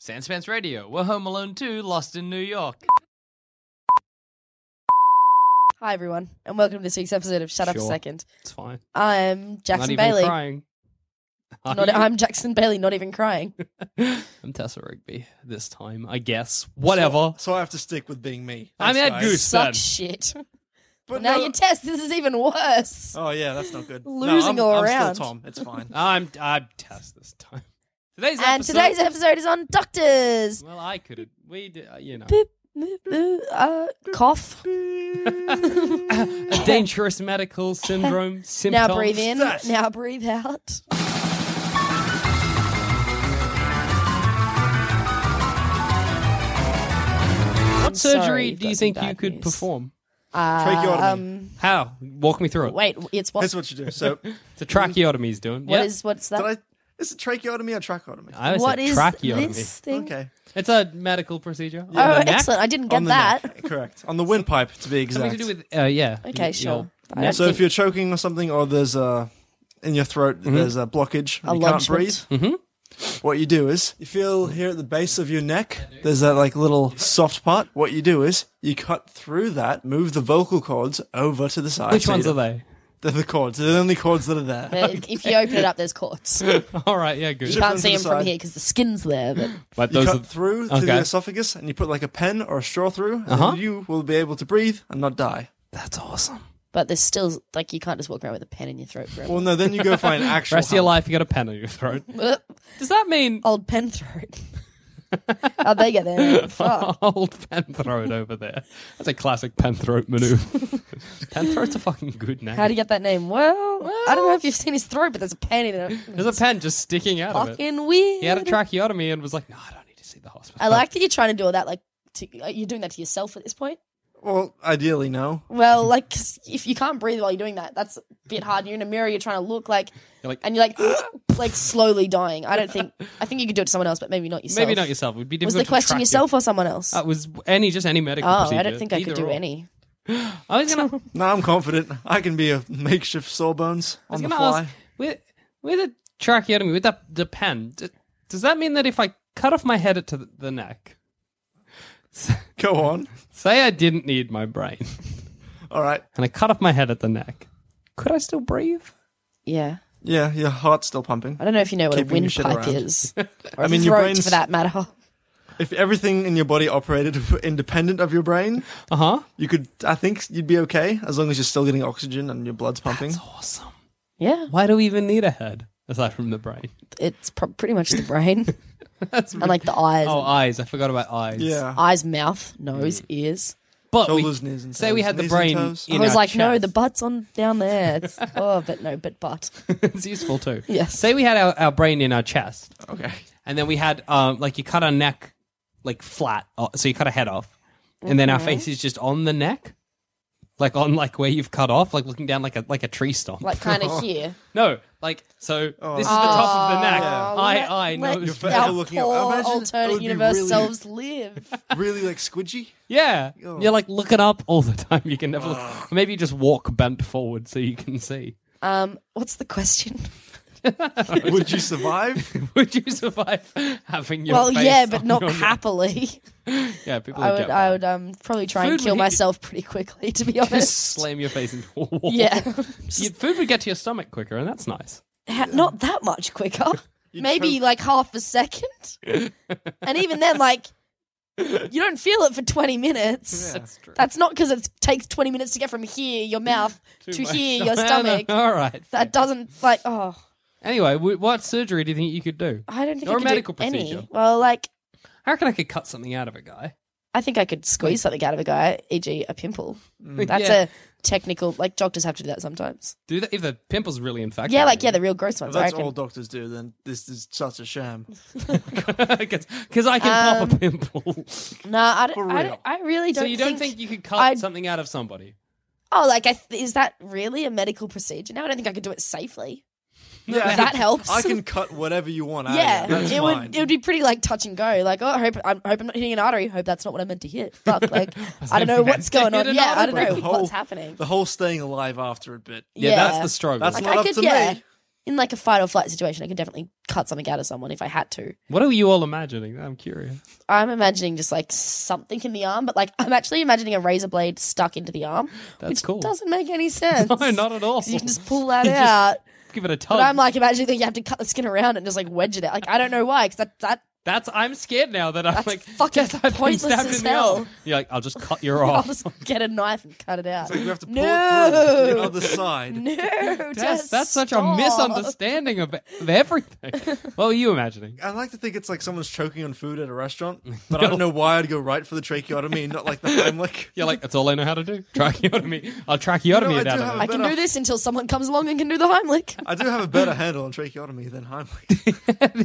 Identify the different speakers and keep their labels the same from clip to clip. Speaker 1: Sandspans Radio. We're Home Alone 2, Lost in New York.
Speaker 2: Hi everyone, and welcome to this week's episode of Shut Up a
Speaker 1: Sure.
Speaker 2: Second.
Speaker 1: It's fine.
Speaker 2: I'm
Speaker 1: not
Speaker 2: Jackson
Speaker 1: even
Speaker 2: Bailey.
Speaker 1: crying. Are
Speaker 2: Not,
Speaker 1: you?
Speaker 2: I'm Jackson Bailey, not even crying.
Speaker 1: I'm Tessa Rigby this time, I guess. Whatever.
Speaker 3: So, so I have to stick with being me.
Speaker 1: I'm Ed
Speaker 3: guys.
Speaker 1: Goose.
Speaker 2: Suck
Speaker 1: Sad.
Speaker 2: shit.
Speaker 3: But
Speaker 2: now
Speaker 3: no-
Speaker 2: your test. This is even worse.
Speaker 3: Oh yeah, that's not good. No,
Speaker 2: Losing
Speaker 3: I'm-
Speaker 2: all
Speaker 3: I'm
Speaker 2: around.
Speaker 3: Still Tom, it's fine.
Speaker 1: I'm I'm Tess this time. Today's
Speaker 2: and
Speaker 1: episode.
Speaker 2: today's episode is on doctors.
Speaker 1: Well, I could. We did. Uh, you know.
Speaker 2: Boop, boop, boop, uh, cough.
Speaker 1: A dangerous medical syndrome symptoms.
Speaker 2: Now breathe in.
Speaker 3: Yes.
Speaker 2: Now breathe out.
Speaker 1: What surgery
Speaker 2: sorry you've
Speaker 1: do you
Speaker 2: got some
Speaker 1: think you
Speaker 2: bad
Speaker 1: could
Speaker 2: news.
Speaker 1: perform?
Speaker 3: Tracheotomy.
Speaker 2: Um,
Speaker 1: How? Walk me through it.
Speaker 2: Wait, it's what?
Speaker 3: Here's what you do. So did
Speaker 1: The tracheotomy he's doing.
Speaker 2: What
Speaker 1: Yeah.
Speaker 2: is what's that?
Speaker 3: I? Is it tracheotomy or tracheotomy?
Speaker 1: I always
Speaker 2: what
Speaker 1: said
Speaker 2: is
Speaker 1: tracheotomy.
Speaker 2: this thing?
Speaker 3: Okay.
Speaker 1: It's a medical procedure. on the
Speaker 2: Oh,
Speaker 1: neck.
Speaker 2: excellent! I didn't get
Speaker 3: On the
Speaker 2: that.
Speaker 3: neck, correct. On the windpipe, to be
Speaker 1: Something
Speaker 3: exact.
Speaker 1: to do with. Uh, yeah.
Speaker 2: Okay,
Speaker 1: your-
Speaker 2: sure.
Speaker 1: your
Speaker 2: I
Speaker 1: neck. Mm-hmm.
Speaker 2: don't
Speaker 3: so if you're choking or something, or there's a in your throat, there's a blockage,
Speaker 2: A
Speaker 3: and you can't breathe.
Speaker 2: lodgement.
Speaker 3: What you do is you feel here at the base of your neck. There's that like little soft part. What you do is you cut through that, move the vocal cords over to the side.
Speaker 1: Which
Speaker 3: so you
Speaker 1: ones are
Speaker 3: don't-
Speaker 1: they?
Speaker 3: They're the cords. They're the only cords that are there.
Speaker 2: Uh, If you open it up, there's cords. You
Speaker 1: All right. Yeah. Good.
Speaker 3: Different
Speaker 2: can't
Speaker 3: to
Speaker 2: see
Speaker 3: the
Speaker 2: them from
Speaker 3: side.
Speaker 2: here because the skin's there. But
Speaker 1: But
Speaker 3: You
Speaker 1: those
Speaker 3: cut
Speaker 1: are
Speaker 3: through to
Speaker 1: Okay.
Speaker 3: the esophagus and you put like a pen or a straw through, and
Speaker 1: Uh-huh.
Speaker 3: then you will be able to breathe and not die.
Speaker 1: That's awesome.
Speaker 2: but there's still like you can't just walk around with a pen in your throat forever.
Speaker 3: Well, no, then you go find actual.
Speaker 1: Rest of your
Speaker 3: help.
Speaker 1: life, you got a pen on your throat. Does that mean
Speaker 2: Old pen throat. How'd they get there? Fuck.
Speaker 1: old pen throat over there? That's a classic pen throat maneuver. pen throat's a fucking good name.
Speaker 2: How'd he get that name? Well, I don't know if you've seen his throat, but there's a pen in it.
Speaker 1: There's a pen just sticking out of it.
Speaker 2: Fucking weird.
Speaker 1: He had a tracheotomy and was like, "No, I don't need to see the hospital."
Speaker 2: I like that you're trying to do all that. Like to, you're doing that to yourself at this point.
Speaker 3: Well, ideally, no.
Speaker 2: Well, like 'cause if you can't breathe while you're doing that, that's a bit hard. You're in a mirror. You're trying to look like,
Speaker 1: You're like-
Speaker 2: and you're like, like slowly dying. I don't think. I think you could do it to someone else, but maybe not yourself.
Speaker 1: Maybe not yourself. It would be
Speaker 2: Was
Speaker 1: difficult.
Speaker 2: the
Speaker 1: to
Speaker 2: question
Speaker 1: track
Speaker 2: yourself or someone else?
Speaker 1: It. Uh, was any just any medical
Speaker 2: oh,
Speaker 1: procedure?
Speaker 2: I don't think I could
Speaker 1: either
Speaker 2: do
Speaker 1: or.
Speaker 2: any.
Speaker 1: I was gonna.
Speaker 3: No, I'm confident. I can be a makeshift sawbones
Speaker 1: I was
Speaker 3: on the
Speaker 1: gonna
Speaker 3: fly.
Speaker 1: ask with with a tracheotomy with that the pen. d- does that mean that if I cut off my head at to the, the neck,
Speaker 3: Go on.
Speaker 1: say I didn't need my brain,
Speaker 3: All right.
Speaker 1: and I cut off my head at the neck, could I still breathe?
Speaker 2: Yeah.
Speaker 3: Yeah, your heart's still pumping.
Speaker 2: I don't know if you know what a
Speaker 3: Keeping your shit
Speaker 2: windpipe
Speaker 3: around.
Speaker 2: is. Or I
Speaker 3: mean,
Speaker 2: throat,
Speaker 3: your brain's-
Speaker 2: for that matter.
Speaker 3: If everything in your body operated independent of your brain,
Speaker 1: Uh huh.
Speaker 3: you could. I think you'd be okay as long as you're still getting oxygen and your blood's pumping.
Speaker 1: That's awesome.
Speaker 2: Yeah,
Speaker 1: Why do we even need a head aside from the brain?
Speaker 2: it's pro- pretty much the brain
Speaker 1: That's
Speaker 2: and like the eyes,
Speaker 1: oh eyes. I forgot about eyes.
Speaker 3: Yeah.
Speaker 2: eyes, mouth, nose, ears.
Speaker 1: but we-
Speaker 3: Shoulders, knees, and
Speaker 1: say we
Speaker 3: toes.
Speaker 1: had the
Speaker 3: Knees and
Speaker 1: brain.
Speaker 3: toes.
Speaker 1: Mm. in
Speaker 2: I was
Speaker 1: our
Speaker 2: like, no,
Speaker 1: chest.
Speaker 2: the butt's on down there. It's, oh, but no, but butt.
Speaker 1: it's useful too.
Speaker 2: Yes.
Speaker 1: Say we had our, our brain in our chest,
Speaker 3: Okay.
Speaker 1: and then we had um like you cut our neck like flat, uh, so you cut a head off, and then our face is just on the neck. Like on like where you've cut off, like looking down like a like a tree stump.
Speaker 2: Like kind of here.
Speaker 1: no, like so this is the
Speaker 3: Oh.
Speaker 1: top of the neck.
Speaker 3: Yeah.
Speaker 1: I I nose.
Speaker 3: Your
Speaker 2: our
Speaker 3: fa- looking up.
Speaker 2: poor
Speaker 3: Imagine it would
Speaker 2: alternate
Speaker 3: be
Speaker 2: universe
Speaker 3: really-
Speaker 2: selves live.
Speaker 3: Really like squidgy.
Speaker 1: Yeah.
Speaker 3: Oh.
Speaker 1: You're Oh. like looking up all the time. You can never look. Or Maybe you just walk bent forward so you can see.
Speaker 2: Um, what's the question?
Speaker 3: Would you survive?
Speaker 1: Would you survive having your
Speaker 2: well,
Speaker 1: face
Speaker 2: yeah, but
Speaker 1: on
Speaker 2: not
Speaker 1: your neck?
Speaker 2: happily.
Speaker 1: Yeah, people
Speaker 2: I
Speaker 1: would
Speaker 2: would,
Speaker 1: get
Speaker 2: I
Speaker 1: mad.
Speaker 2: would um probably try and
Speaker 1: Food would
Speaker 2: kill
Speaker 1: hit you-
Speaker 2: myself pretty quickly, to be
Speaker 1: just
Speaker 2: honest.
Speaker 1: slam your face into a wall.
Speaker 2: Yeah,
Speaker 1: Your food would get to your stomach quicker, and that's nice.
Speaker 2: Ha- not that much quicker. Maybe like half a second. and even then, like, you don't feel it for 20 minutes.
Speaker 1: That's true.
Speaker 2: That's not because it takes 20 minutes to get from here, your mouth, to,
Speaker 1: my
Speaker 2: here, your
Speaker 1: stomach.
Speaker 2: stomach.
Speaker 1: All right.
Speaker 2: That doesn't, like, oh,
Speaker 1: Anyway, w- what surgery do you think you could do?
Speaker 2: I don't think
Speaker 1: Or
Speaker 2: I
Speaker 1: a
Speaker 2: could
Speaker 1: medical
Speaker 2: do
Speaker 1: procedure.
Speaker 2: any. Well, like,
Speaker 1: I reckon I could cut something out of a guy.
Speaker 2: I think I could squeeze something out of a guy, e.g., a pimple. That's
Speaker 1: Mm. Yeah.
Speaker 2: a technical. Like doctors have to do that sometimes.
Speaker 1: Do that if the pimple's really infected.
Speaker 2: Yeah, like yeah, the real gross ones.
Speaker 3: If
Speaker 2: I
Speaker 3: that's
Speaker 2: reckon.
Speaker 3: all doctors do, then this is such a sham.
Speaker 1: because I can
Speaker 2: Um,
Speaker 1: pop a pimple.
Speaker 2: No, I, don't,
Speaker 3: For
Speaker 2: I,
Speaker 3: real.
Speaker 2: don't- I really don't.
Speaker 1: so you don't think you could cut
Speaker 2: I'd-
Speaker 1: something out of somebody?
Speaker 2: Oh, like I th- is that really a medical procedure? No, I don't think I could do it safely.
Speaker 3: Yeah,
Speaker 2: That helps.
Speaker 3: I can cut whatever you want. Out
Speaker 2: yeah,
Speaker 3: of that. that's
Speaker 2: it
Speaker 3: fine.
Speaker 2: would it would be pretty like touch and go. Like, oh, I hope I'm hope I'm not hitting an artery. Hope that's not what I meant to hit. Fuck, like I don't know
Speaker 1: meant
Speaker 2: what's
Speaker 1: to
Speaker 2: going
Speaker 1: hit
Speaker 2: on.
Speaker 1: an
Speaker 2: Yeah, I don't
Speaker 3: Like
Speaker 2: know
Speaker 3: the
Speaker 2: what's
Speaker 3: whole-
Speaker 2: happening.
Speaker 3: The whole staying alive after a bit.
Speaker 1: Yeah, that's the struggle.
Speaker 3: That's
Speaker 2: Like
Speaker 3: not
Speaker 2: I
Speaker 3: up
Speaker 2: could,
Speaker 3: to
Speaker 2: yeah,
Speaker 3: me.
Speaker 2: in like a fight or flight situation, I could definitely cut something out of someone if I had to.
Speaker 1: what are you all imagining? I'm curious.
Speaker 2: I'm imagining just like something in the arm, but like I'm actually imagining a razor blade stuck into the arm.
Speaker 1: That's
Speaker 2: which
Speaker 1: cool.
Speaker 2: Doesn't make any sense.
Speaker 1: No, not at all.
Speaker 2: 'Cause You can just pull that
Speaker 1: You just-
Speaker 2: out.
Speaker 1: Give it a tug.
Speaker 2: But I'm like imagining that you have to cut the skin around and just like wedge it out. Like I don't know why, because that that
Speaker 1: that's. I'm scared now that I'm
Speaker 2: That's
Speaker 1: like
Speaker 2: fucking
Speaker 1: yes, I've been
Speaker 2: pointless
Speaker 1: stabbed
Speaker 2: as
Speaker 1: in the arm.
Speaker 2: hell.
Speaker 1: You're like, I'll just cut your
Speaker 2: I'll
Speaker 1: arm.
Speaker 2: just get a knife and cut it out.
Speaker 3: Like you have to pull it through to the
Speaker 2: no,
Speaker 3: other side.
Speaker 2: no,
Speaker 1: That's,
Speaker 2: just
Speaker 1: that's such
Speaker 2: stop.
Speaker 1: a misunderstanding of, of everything. what were you imagining?
Speaker 3: I like to think it's like someone's choking on food at a restaurant, but I don't know why I'd go right for the tracheotomy and not like the Heimlich.
Speaker 1: You're like, that's all I know how to do. Tracheotomy. I'll tracheotomy
Speaker 3: You know,
Speaker 1: it
Speaker 3: I
Speaker 1: out
Speaker 3: do
Speaker 1: of
Speaker 3: have
Speaker 1: it.
Speaker 2: I can do this until someone comes along and can do the Heimlich.
Speaker 3: I do have a better handle on tracheotomy than Heimlich.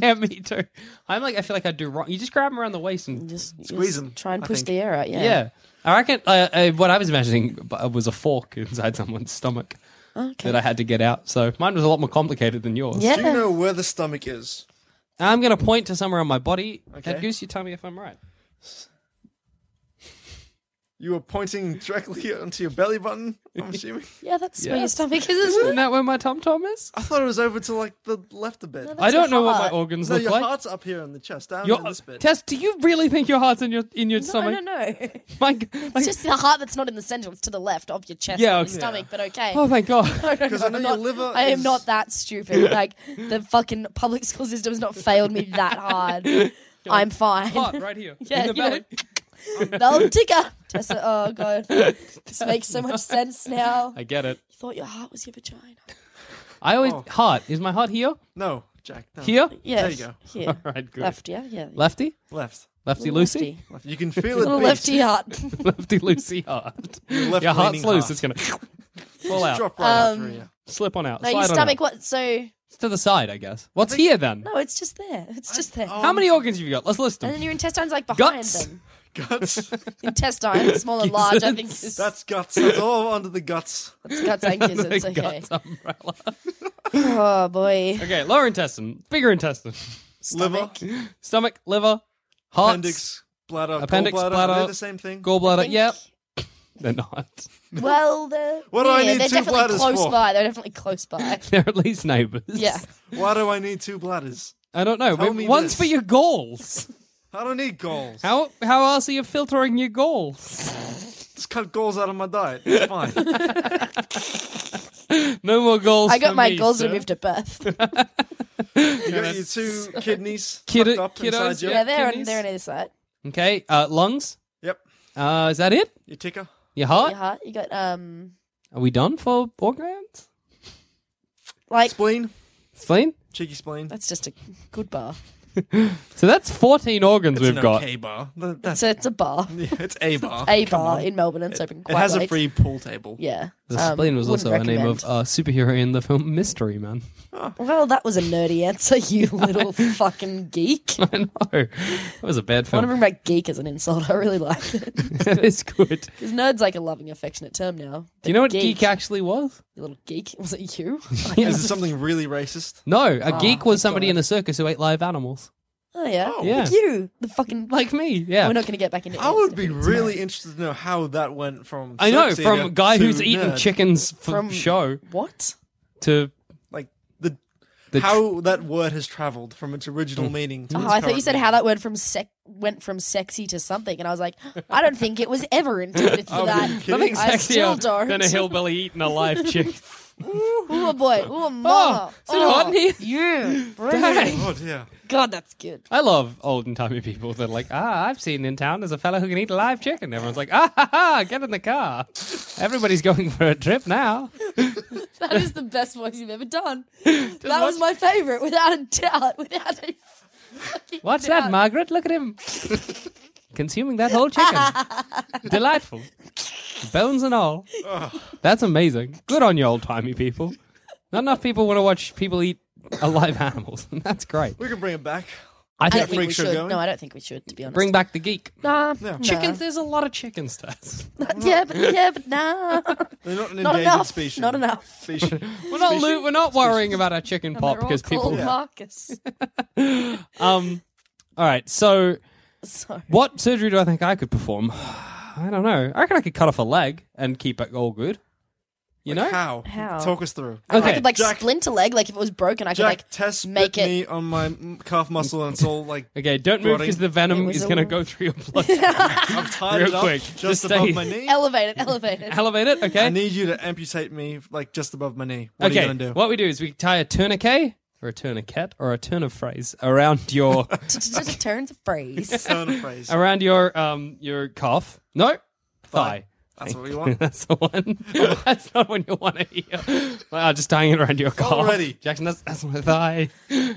Speaker 1: yeah, me too. I'm like, I feel like I do wrong. You just grab him around the waist and
Speaker 2: Just just
Speaker 3: Squeeze 'em,
Speaker 2: Try and
Speaker 3: I
Speaker 2: push
Speaker 3: think.
Speaker 2: the air out. Yeah.
Speaker 1: yeah. I reckon uh, uh, what I was imagining b- uh, was a fork inside someone's stomach
Speaker 2: Okay.
Speaker 1: that I had to get out. So mine was a lot more complicated than yours.
Speaker 2: yeah.
Speaker 3: Do you know where the stomach is?
Speaker 1: I'm going to point to somewhere on my body.
Speaker 3: Okay.
Speaker 1: Head Goose, you tell me if I'm right.
Speaker 3: You were pointing directly onto your belly button, I'm assuming.
Speaker 2: yeah, that's where
Speaker 1: Yeah.
Speaker 2: your stomach is, isn't
Speaker 1: Isn't
Speaker 2: it?
Speaker 1: that where my tum tum is?
Speaker 3: I thought it was over to like the left a bit.
Speaker 2: No,
Speaker 1: I
Speaker 2: That's
Speaker 1: don't
Speaker 2: your
Speaker 1: know what my
Speaker 2: heart.
Speaker 1: organs
Speaker 3: no,
Speaker 1: look
Speaker 3: your
Speaker 1: like.
Speaker 3: heart's up here on the chest, down
Speaker 1: Your-
Speaker 3: in this bit.
Speaker 1: Tess, do you really think your heart's in your in your
Speaker 2: No,
Speaker 1: stomach?
Speaker 2: no, no. It's
Speaker 1: My g- like-
Speaker 2: just the heart that's not in the center. It's to the left of your chest,
Speaker 1: Yeah,
Speaker 2: yeah,
Speaker 1: okay.
Speaker 2: your stomach. But okay.
Speaker 1: oh, thank God.
Speaker 2: No, no,
Speaker 3: 'Cause
Speaker 2: no,
Speaker 3: I know
Speaker 2: I'm
Speaker 3: your
Speaker 2: not-
Speaker 3: liver
Speaker 2: I am
Speaker 3: is-
Speaker 2: not that stupid. Like the fucking public school system has not failed me that hard. I'm fine.
Speaker 1: Heart right here.
Speaker 2: Yeah,
Speaker 1: in the
Speaker 2: you know,
Speaker 1: belly.
Speaker 2: No ticker. Tessa. Oh god, this makes so much sense now.
Speaker 1: I get it.
Speaker 2: You thought your heart was your vagina.
Speaker 1: I always
Speaker 3: Oh.
Speaker 1: heart is my heart here
Speaker 3: No, Jack. No.
Speaker 1: here
Speaker 2: Yeah.
Speaker 3: There you go.
Speaker 2: Here.
Speaker 1: All right, good.
Speaker 2: Left. Yeah. Yeah.
Speaker 1: lefty
Speaker 3: Left.
Speaker 1: lefty
Speaker 2: Lefty.
Speaker 1: Lucy
Speaker 3: Left. You can feel it.
Speaker 2: Little
Speaker 3: beat.
Speaker 2: lefty heart.
Speaker 1: lefty Lucy heart.
Speaker 3: left
Speaker 1: Your heart's
Speaker 3: leaning
Speaker 1: loose.
Speaker 3: heart.
Speaker 1: It's gonna fall out.
Speaker 3: Drop right
Speaker 2: Um,
Speaker 3: after you.
Speaker 1: Slip on out.
Speaker 2: No,
Speaker 1: slide
Speaker 2: your
Speaker 1: on
Speaker 2: stomach.
Speaker 1: out.
Speaker 2: What? So
Speaker 1: It's to the side, I guess. What's here then?
Speaker 2: no, it's just there. It's just there.
Speaker 1: How many organs have you got? Let's list
Speaker 2: And
Speaker 1: them.
Speaker 2: then your intestines like behind
Speaker 1: Oh. Guts.
Speaker 2: them.
Speaker 3: Guts.
Speaker 2: Intestine, small and large. I think is,
Speaker 3: That's guts. That's all under the guts.
Speaker 2: that's guts and gizzards.
Speaker 1: The
Speaker 2: Okay.
Speaker 1: guts umbrella.
Speaker 2: Oh boy.
Speaker 1: Okay, lower intestine, bigger intestine,
Speaker 3: Liver,
Speaker 1: stomach, liver, heart,
Speaker 3: appendix, bladder,
Speaker 1: Appendix,
Speaker 3: gallbladder.
Speaker 1: bladder,
Speaker 3: Are they the same thing?
Speaker 1: gallbladder.
Speaker 2: think-
Speaker 1: Yep, they're not.
Speaker 2: Well, they're
Speaker 3: What do I
Speaker 2: yeah,
Speaker 3: need
Speaker 2: they're
Speaker 3: two
Speaker 2: definitely
Speaker 3: bladders
Speaker 2: close
Speaker 3: for?
Speaker 2: by. They're definitely close by.
Speaker 1: They're at least neighbours.
Speaker 2: Yeah.
Speaker 3: Why do I need two bladders?
Speaker 1: I don't know.
Speaker 3: Tell
Speaker 1: Maybe
Speaker 3: me
Speaker 1: One's
Speaker 3: this.
Speaker 1: for your goals.
Speaker 3: I don't need goals.
Speaker 1: How how else are you filtering your goals?
Speaker 3: Just cut goals out of my diet. It's fine.
Speaker 1: No more goals.
Speaker 2: I got
Speaker 1: for
Speaker 2: my
Speaker 1: me,
Speaker 2: goals
Speaker 1: sir.
Speaker 2: removed at birth.
Speaker 3: You got your two kidneys
Speaker 1: Kid-
Speaker 3: tucked up
Speaker 1: kiddos,
Speaker 3: inside you.
Speaker 2: Yeah, they're on,
Speaker 1: kidneys?
Speaker 2: they're on either side.
Speaker 1: Okay, uh, lungs.
Speaker 3: Yep.
Speaker 1: Uh, is that it?
Speaker 3: Your ticker.
Speaker 1: Your heart?
Speaker 2: Your heart. You got um
Speaker 1: Are we done for organs?
Speaker 2: like
Speaker 3: Spleen.
Speaker 1: Spleen?
Speaker 3: Cheeky spleen.
Speaker 2: that's just a good bar.
Speaker 1: So that's 14 organs
Speaker 3: It's
Speaker 1: we've
Speaker 3: an
Speaker 1: got.
Speaker 3: okay bar. Th- That's
Speaker 2: So it's a bar,
Speaker 3: yeah, it's a bar.
Speaker 1: Oh,
Speaker 2: a bar in Melbourne. and It's open
Speaker 3: It
Speaker 2: quite
Speaker 3: has a
Speaker 2: late.
Speaker 3: free pool table.
Speaker 2: Yeah.
Speaker 1: The
Speaker 2: Um,
Speaker 1: spleen was also a
Speaker 2: wouldn't
Speaker 1: name of
Speaker 2: recommend.
Speaker 1: uh, superhero in the film Mystery Man.
Speaker 2: Well, that was a nerdy answer, you little fucking geek. I
Speaker 1: I know. That was a bad
Speaker 2: want to
Speaker 1: film.
Speaker 2: bring back geek as an insult. I really like it.
Speaker 1: that is good.
Speaker 2: Because nerd's like a loving, affectionate term now.
Speaker 1: Do you know what geek, actually was?
Speaker 2: You little geek. Was it you?
Speaker 3: Is it something really racist?
Speaker 1: No, a
Speaker 2: Ah,
Speaker 1: geek was somebody in a circus who ate live animals.
Speaker 2: oh, yeah.
Speaker 3: Oh.
Speaker 1: Yeah.
Speaker 2: Like you. The fucking.
Speaker 1: Like me, yeah.
Speaker 2: We're not going to get back into
Speaker 3: I would
Speaker 2: ants.
Speaker 3: be really interested to know how that went from
Speaker 1: I know,
Speaker 3: sex
Speaker 1: from
Speaker 3: eater
Speaker 1: a guy
Speaker 3: to
Speaker 1: who's eaten
Speaker 3: nerd.
Speaker 1: chickens for
Speaker 2: From-
Speaker 1: show
Speaker 2: What?
Speaker 1: to.
Speaker 3: Like the,
Speaker 1: The tr-
Speaker 3: how that word has travelled from its original meaning. To
Speaker 2: Oh,
Speaker 3: its
Speaker 2: I thought you
Speaker 3: current
Speaker 2: said
Speaker 3: meaning.
Speaker 2: how that word from sec went from sexy to something, and I was like, I don't think it was ever intended for that.
Speaker 1: Nothing
Speaker 2: I still
Speaker 1: sexier
Speaker 2: don't.
Speaker 1: than a hillbilly eating a live chick.
Speaker 2: Oh boy, oh mama.
Speaker 1: is it hot in here?
Speaker 2: Yeah, bring it.
Speaker 1: Dang.
Speaker 3: Oh dear.
Speaker 2: God, that's good.
Speaker 1: I love olden timey people that are like, ah, I've seen in town there's a fella who can eat a live chicken. Everyone's like, ah, ha, ha, get in the car. Everybody's going for a trip now.
Speaker 2: That is the best voice you've ever done. that was my favorite, without a doubt. Without a fucking
Speaker 1: What's
Speaker 2: doubt.
Speaker 1: that, Margaret? Look at him. consuming that whole chicken. Delightful. Bones and all. That's amazing. Good on you, old timey people. Not enough people want to watch people eat alive animals. That's great.
Speaker 3: We can bring it back.
Speaker 1: I
Speaker 2: I
Speaker 1: think
Speaker 2: don't think
Speaker 3: freak
Speaker 2: we
Speaker 3: show
Speaker 2: should.
Speaker 3: going?
Speaker 2: No, I don't think we should. To be honest,
Speaker 1: bring back the geek.
Speaker 2: nah,
Speaker 1: Chickens, there's a lot of chicken stats.
Speaker 2: yeah, but yeah, but nah,
Speaker 3: They're not an
Speaker 2: not
Speaker 3: endangered
Speaker 2: enough,
Speaker 3: species.
Speaker 2: not enough.
Speaker 3: Species.
Speaker 1: We're not, lo- we're not worrying about our chicken pop because people.
Speaker 2: called Marcus.
Speaker 1: Um, all right, so
Speaker 2: Sorry.
Speaker 1: what surgery do I think I could perform? I don't know. I reckon I could cut off a leg and keep it all good. You know?
Speaker 3: How?
Speaker 2: How?
Speaker 3: Talk us through.
Speaker 2: I
Speaker 1: Okay.
Speaker 2: could like
Speaker 3: Jack-
Speaker 2: splint a leg, like if it was broken, I could
Speaker 3: Jack,
Speaker 2: like
Speaker 3: test
Speaker 2: make
Speaker 3: bit
Speaker 2: it.
Speaker 3: me on my mm, calf muscle, and it's all like
Speaker 1: Okay, don't move
Speaker 3: Rotting.
Speaker 1: because the venom
Speaker 2: was
Speaker 1: is
Speaker 2: a-
Speaker 1: going to go through your blood.
Speaker 3: I've tied
Speaker 1: Real
Speaker 3: it up
Speaker 1: quick,
Speaker 3: just,
Speaker 1: just
Speaker 3: above
Speaker 1: stay-
Speaker 3: my knee.
Speaker 2: Elevate it, elevate it.
Speaker 1: Elevate it, okay?
Speaker 3: I need you to amputate me like just above my knee. What
Speaker 1: okay,
Speaker 3: are you gonna do?
Speaker 1: what we do is we tie a tourniquet or a tourniquet or a turn of phrase around your
Speaker 2: Just turns a phrase.
Speaker 3: Turn a phrase.
Speaker 1: around your um your calf. No, thigh.
Speaker 3: That's what we want.
Speaker 1: That's the one. that's not one you want to hear. Wow, just tying it around your calf.
Speaker 3: Already.
Speaker 1: Jackson, that's that's my thigh.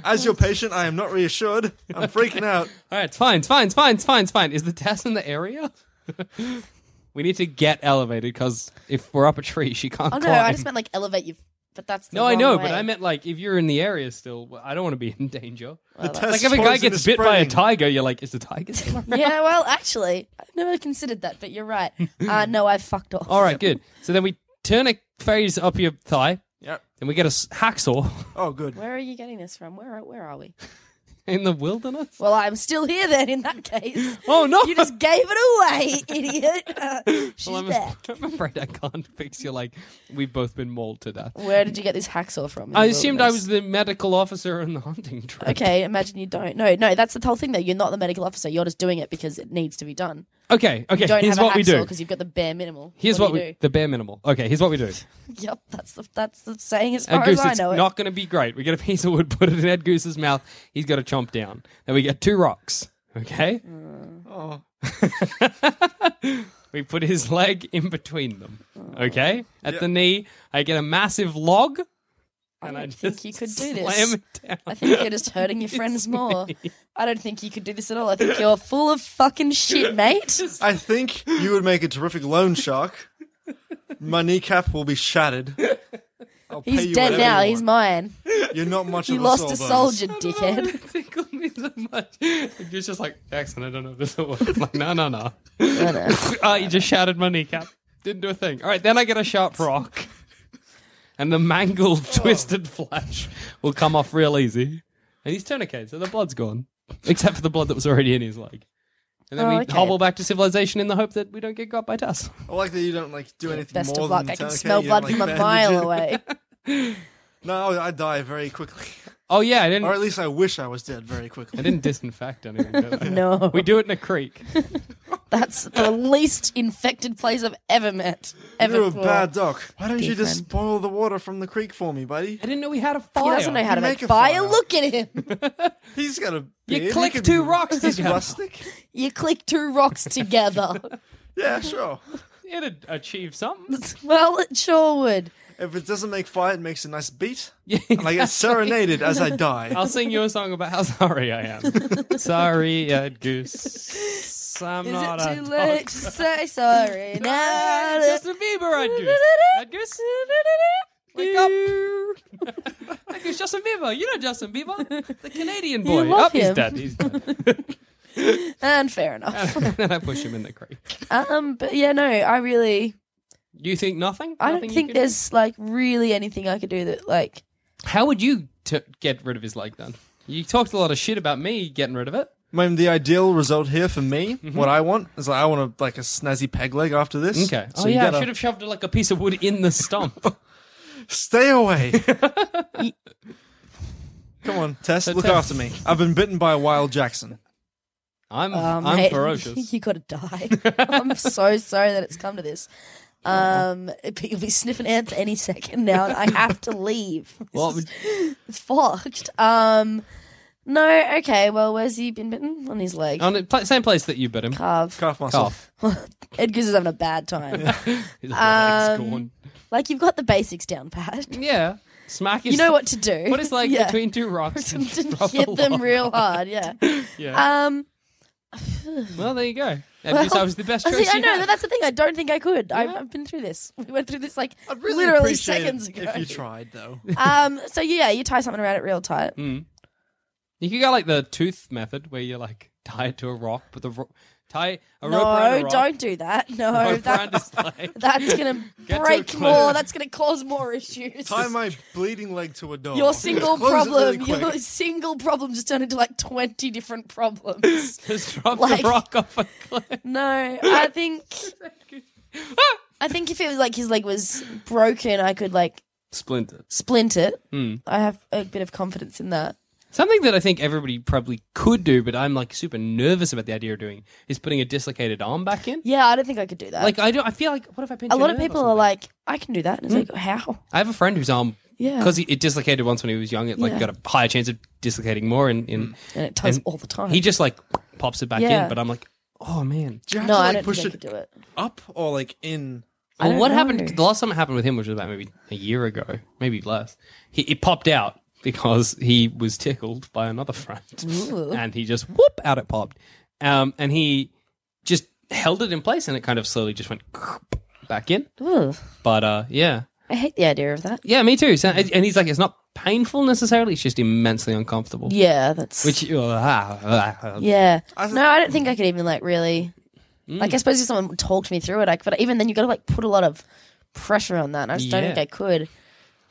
Speaker 3: As your patient, I am not reassured. I'm freaking out.
Speaker 1: All right, it's fine, it's fine, it's fine, it's fine, it's fine. Is the test in the area? we need to get elevated because if we're up a tree, she can't
Speaker 2: Oh no,
Speaker 1: climb.
Speaker 2: I just meant like elevate you, but that's the
Speaker 1: no, I
Speaker 2: wrong
Speaker 1: know,
Speaker 2: way.
Speaker 1: but I meant like if you're in the area still, well, I don't want to be in danger.
Speaker 3: The
Speaker 1: Like
Speaker 3: test
Speaker 1: if a guy
Speaker 3: poison
Speaker 1: gets
Speaker 3: is
Speaker 1: bit by a
Speaker 3: spreading.
Speaker 1: tiger, you're like, is the tiger still around?
Speaker 2: Yeah, well, actually, I've never considered that, but you're right. Uh, no, I fucked off.
Speaker 1: All right, good. So then we turn a phase up your thigh,
Speaker 3: Yep.
Speaker 1: and we get a s- hacksaw
Speaker 3: Oh, good.
Speaker 2: Where are you getting this from? Where are, where are we?
Speaker 1: in the wilderness.
Speaker 2: Well, I'm still here then. In that case,
Speaker 1: Oh no!
Speaker 2: you just gave it away, idiot. Uh, she's
Speaker 1: Well, I'm,
Speaker 2: there.
Speaker 1: I'm afraid I can't fix you. Like we've both been mauled to death.
Speaker 2: Where did you get this hacksaw from? in
Speaker 1: I
Speaker 2: the
Speaker 1: assumed I
Speaker 2: wilderness?
Speaker 1: was the medical officer in the hunting trip.
Speaker 2: Okay, imagine you don't. No, no, that's the whole thing though. You're not the medical officer. You're just doing it because it needs to be done.
Speaker 1: okay, okay.
Speaker 2: You don't
Speaker 1: Here's
Speaker 2: have a
Speaker 1: what we do.
Speaker 2: because you've got the bare minimal.
Speaker 1: Here's what,
Speaker 2: do
Speaker 1: we
Speaker 2: you
Speaker 1: the bare minimal. Okay, here's what we do.
Speaker 2: do? Yep, that's the that's the saying as
Speaker 1: Ed
Speaker 2: far
Speaker 1: Goose,
Speaker 2: as I
Speaker 1: it's
Speaker 2: know it.
Speaker 1: not going to be great. We get a piece of wood, put it in Ed Goose's mouth. He's got to chomp down. Then we get two rocks. Okay,
Speaker 3: Oh,
Speaker 1: we put his leg in between them. Okay, at the knee, I get a massive log.
Speaker 2: I
Speaker 1: and
Speaker 2: don't
Speaker 1: I
Speaker 2: think
Speaker 1: just
Speaker 2: you could do
Speaker 1: slam
Speaker 2: this.
Speaker 1: it down.
Speaker 2: I think you're just hurting your friends more. I don't think you could do this at all. I think you're full of fucking shit, mate.
Speaker 3: I think you would make a terrific loan shark. My kneecap will be shattered. I'll pay
Speaker 2: He's
Speaker 3: you
Speaker 2: dead
Speaker 3: whatever
Speaker 2: now.
Speaker 3: you
Speaker 2: He's
Speaker 3: want.
Speaker 2: mine.
Speaker 3: You're not much
Speaker 2: You
Speaker 3: of
Speaker 2: lost
Speaker 3: a
Speaker 2: a
Speaker 3: sawbones.
Speaker 2: soldier, dickhead.
Speaker 1: It tickled me so much. It's just like, Jackson, I don't know if this will work. I'm like, no, no, no. Ah, you just shattered my kneecap. Didn't do a thing. All right, then I get a sharp rock. And the mangled,
Speaker 2: Oh.
Speaker 1: twisted flesh will come off real easy. And he's tourniquet, so the blood's gone. Except for the blood that was already in his leg. And then
Speaker 2: Oh,
Speaker 1: we
Speaker 2: okay.
Speaker 1: hobble back to civilization in the hope that we don't get got by dust.
Speaker 3: I like that you don't like do anything
Speaker 2: Best
Speaker 3: more
Speaker 2: of luck.
Speaker 3: than
Speaker 2: I can
Speaker 3: okay,
Speaker 2: smell
Speaker 3: you
Speaker 2: blood
Speaker 3: don't,
Speaker 2: from
Speaker 3: like,
Speaker 2: a
Speaker 3: bandage
Speaker 2: mile
Speaker 3: it.
Speaker 2: away.
Speaker 3: No, I die very quickly,
Speaker 1: Oh, yeah, I
Speaker 3: or at
Speaker 1: didn't,
Speaker 3: least I wish I was dead very quickly.
Speaker 1: I didn't disinfect anything. did I?
Speaker 2: No,
Speaker 1: We do it in a creek.
Speaker 2: that's the least infected place I've ever met. Ever
Speaker 3: You're a
Speaker 2: before.
Speaker 3: bad doc. Why don't you just
Speaker 2: Different.
Speaker 3: spoil the water from the creek for me, buddy?
Speaker 1: I didn't know we had a
Speaker 2: He
Speaker 1: fire.
Speaker 2: doesn't know how to
Speaker 3: You
Speaker 2: make,
Speaker 3: make a
Speaker 2: fire.
Speaker 3: fire.
Speaker 2: Look at him.
Speaker 3: He's got a beard. He
Speaker 1: click
Speaker 3: could
Speaker 1: two
Speaker 3: be-
Speaker 1: rocks
Speaker 3: Is this
Speaker 1: together.
Speaker 3: rustic?
Speaker 2: You click two rocks together.
Speaker 3: Yeah, sure.
Speaker 1: It'd achieve something.
Speaker 2: well, it sure would.
Speaker 3: If it doesn't make fire, it makes a nice beat. Yeah, and I get serenaded as I die.
Speaker 1: I'll sing you a song about how sorry I am. sorry, Ed Goose. I'm
Speaker 2: Is
Speaker 1: not
Speaker 2: it too
Speaker 1: a
Speaker 2: late to say sorry now?
Speaker 1: dog. Justin Bieber, Ed Goose. Ed Goose. Wake up. Ed Goose, Justin Bieber. You know Justin Bieber, the Canadian boy.
Speaker 2: love
Speaker 1: Up, he's
Speaker 2: him.
Speaker 1: dead. He's dead.
Speaker 2: And fair enough.
Speaker 1: and then I push him in the creek.
Speaker 2: um, but yeah, no, I really,
Speaker 1: You think nothing?
Speaker 2: I
Speaker 1: Nothing
Speaker 2: don't
Speaker 1: you
Speaker 2: think
Speaker 1: could do?
Speaker 2: there's like really anything I could do that like.
Speaker 1: How would you t- get rid of his leg then? You talked a lot of shit about me getting rid of it.
Speaker 3: I mean, the ideal result here for me,
Speaker 2: Mm-hmm.
Speaker 3: what I want is like, I want a, like a snazzy peg leg after this.
Speaker 1: Okay.
Speaker 3: So
Speaker 1: oh
Speaker 3: you
Speaker 1: yeah, I
Speaker 3: gotta
Speaker 1: should have shoved like a piece of wood in the stump.
Speaker 3: stay away. Come on, Tess,
Speaker 1: So
Speaker 3: look
Speaker 1: Tess-
Speaker 3: after me. I've been bitten by a wild Jackson.
Speaker 1: I'm
Speaker 2: Um,
Speaker 1: I'm
Speaker 2: mate,
Speaker 1: ferocious.
Speaker 2: You gotta die. I'm so sorry that it's come to this. Um, but you'll be sniffing ants any second now, and I have to leave. This
Speaker 1: Well,
Speaker 2: is- it's fucked. Um, no, okay. Well, where's he been bitten? On his leg.
Speaker 1: On the pla- same place that you bit him.
Speaker 2: Carve.
Speaker 3: Calf muscle.
Speaker 1: Calf.
Speaker 2: Ed Goose is having a bad time.
Speaker 1: His leg's
Speaker 2: Um,
Speaker 1: gone.
Speaker 2: like you've got the basics down pat.
Speaker 1: Yeah. Smack his
Speaker 2: You know what to do.
Speaker 1: Put his leg
Speaker 2: Yeah.
Speaker 1: between two rocks and
Speaker 2: Didn't
Speaker 1: drop a
Speaker 2: hit them
Speaker 1: log.
Speaker 2: real hard. Yeah.
Speaker 1: Yeah.
Speaker 2: Um,
Speaker 1: Well, there you go. That
Speaker 2: Well,
Speaker 1: means I was the best
Speaker 2: I
Speaker 1: choice.
Speaker 2: see, I
Speaker 1: you
Speaker 2: know,
Speaker 1: had.
Speaker 2: but that's the thing. I don't think I could. I've, I've been through this. We went through this like
Speaker 3: I'd really
Speaker 2: literally
Speaker 3: appreciate it
Speaker 2: seconds ago.
Speaker 3: If you tried, though.
Speaker 2: um. So yeah, you tie something around it real tight.
Speaker 1: Mm. You could go like the tooth method, where you like tie it to a rock, but the ro- tie a rope around a
Speaker 2: No,
Speaker 1: rock.
Speaker 2: don't do that. No,
Speaker 1: rope around
Speaker 2: that's
Speaker 1: his leg.
Speaker 2: that's gonna
Speaker 1: Get to a
Speaker 2: break
Speaker 1: cliff.
Speaker 2: more. That's gonna cause more issues.
Speaker 3: Tie my bleeding leg to a door.
Speaker 2: Your single
Speaker 3: Close it really
Speaker 2: problem,
Speaker 3: quick.
Speaker 2: your single problem just turned into like 20 different problems.
Speaker 1: Just drop
Speaker 2: Like-
Speaker 1: the rock off a cliff.
Speaker 2: no, I think, I think if it was like his leg was broken, I could like
Speaker 1: Splintered.
Speaker 2: splint it.
Speaker 1: Hmm.
Speaker 2: I have a bit of confidence in that.
Speaker 1: Something that I think everybody probably could do, but I'm like super nervous about the idea of doing, is putting a dislocated arm back in.
Speaker 2: Yeah, I don't think I could do that.
Speaker 1: Like I don't. I feel like what if I pinch
Speaker 2: a lot of
Speaker 1: nerve or
Speaker 2: people are
Speaker 1: something?
Speaker 2: like, I can do that. And it's
Speaker 1: Hmm.
Speaker 2: like, how?
Speaker 1: I have a friend whose arm,
Speaker 2: Yeah.
Speaker 1: because it dislocated once when he was young, it like
Speaker 2: Yeah.
Speaker 1: got a higher chance of dislocating more, and, and
Speaker 2: And it does
Speaker 1: And
Speaker 2: all the time.
Speaker 1: he just like pops it back
Speaker 2: Yeah.
Speaker 1: in. But I'm like, oh man.
Speaker 3: Do you have
Speaker 2: no,
Speaker 3: to, like,
Speaker 2: I don't
Speaker 3: push
Speaker 2: think I
Speaker 3: it
Speaker 2: could do it.
Speaker 3: up or like in?
Speaker 2: I
Speaker 1: Well,
Speaker 2: don't
Speaker 1: what
Speaker 2: know.
Speaker 1: happened? The last time it happened with him, which was about maybe a year ago, maybe less. He it popped out because he was tickled by another friend,
Speaker 2: Ooh.
Speaker 1: and he just whoop out it popped, um, and he just held it in place, and it kind of slowly just went back in.
Speaker 2: Ugh.
Speaker 1: But uh, yeah,
Speaker 2: I hate the idea of that.
Speaker 1: yeah, me too. So, and and he's like, it's not painful necessarily; it's just immensely uncomfortable.
Speaker 2: Yeah, that's.
Speaker 1: Which
Speaker 2: Yeah.
Speaker 3: th-
Speaker 2: no, I don't think I could even like really.
Speaker 1: Hmm.
Speaker 2: Like, I suppose if someone talked me through it, I could. But even then, you got to like put a lot of pressure on that. And I just don't
Speaker 1: Yeah.
Speaker 2: think I could.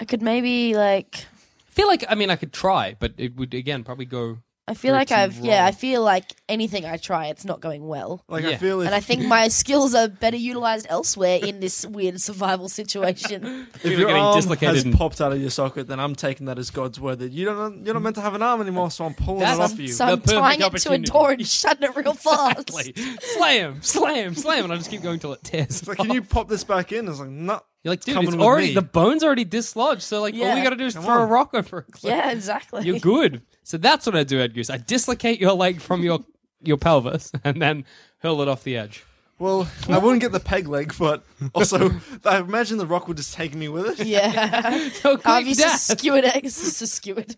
Speaker 2: I could maybe like.
Speaker 1: I feel like I mean I could try, but it would again probably go.
Speaker 2: I feel like
Speaker 1: Pretty
Speaker 2: I've. Yeah,
Speaker 1: raw.
Speaker 2: I feel like anything I try, it's not going well.
Speaker 3: Like I
Speaker 1: Yeah.
Speaker 3: feel if,
Speaker 2: And I think my skills are better utilized elsewhere in this weird survival situation.
Speaker 3: if
Speaker 1: People
Speaker 3: your
Speaker 1: getting
Speaker 3: arm
Speaker 1: dislocated
Speaker 3: has
Speaker 1: and-
Speaker 3: popped out of your socket, then I'm taking that as God's word that you don't you're not meant to have an arm anymore, so I'm pulling it
Speaker 1: That's-
Speaker 3: off you.
Speaker 2: So
Speaker 1: The
Speaker 2: I'm
Speaker 1: perfect
Speaker 2: tying it to a
Speaker 1: opportunity.
Speaker 2: door and shutting it real fast.
Speaker 1: Exactly. Slam, slam, slam, and I just keep going till it tears.
Speaker 3: it's like, can you pop this back in? It's like, no.
Speaker 1: You're like, dude,
Speaker 3: coming
Speaker 1: it's
Speaker 3: with
Speaker 1: already
Speaker 3: me.
Speaker 1: the bone's already dislodged. So like, all we
Speaker 2: Yeah.
Speaker 1: gotta do is
Speaker 3: Come
Speaker 1: throw a
Speaker 3: on.
Speaker 1: rock over a cliff.
Speaker 2: Yeah, exactly.
Speaker 1: You're good. So that's what I do, Ed Goose. I dislocate your leg from your your pelvis and then hurl it off the edge.
Speaker 3: Well, I wouldn't get the peg leg, but also I imagine the rock would just take me with it.
Speaker 2: Yeah.
Speaker 1: So quick
Speaker 2: Have you
Speaker 1: death.
Speaker 2: secured eggs? Secured.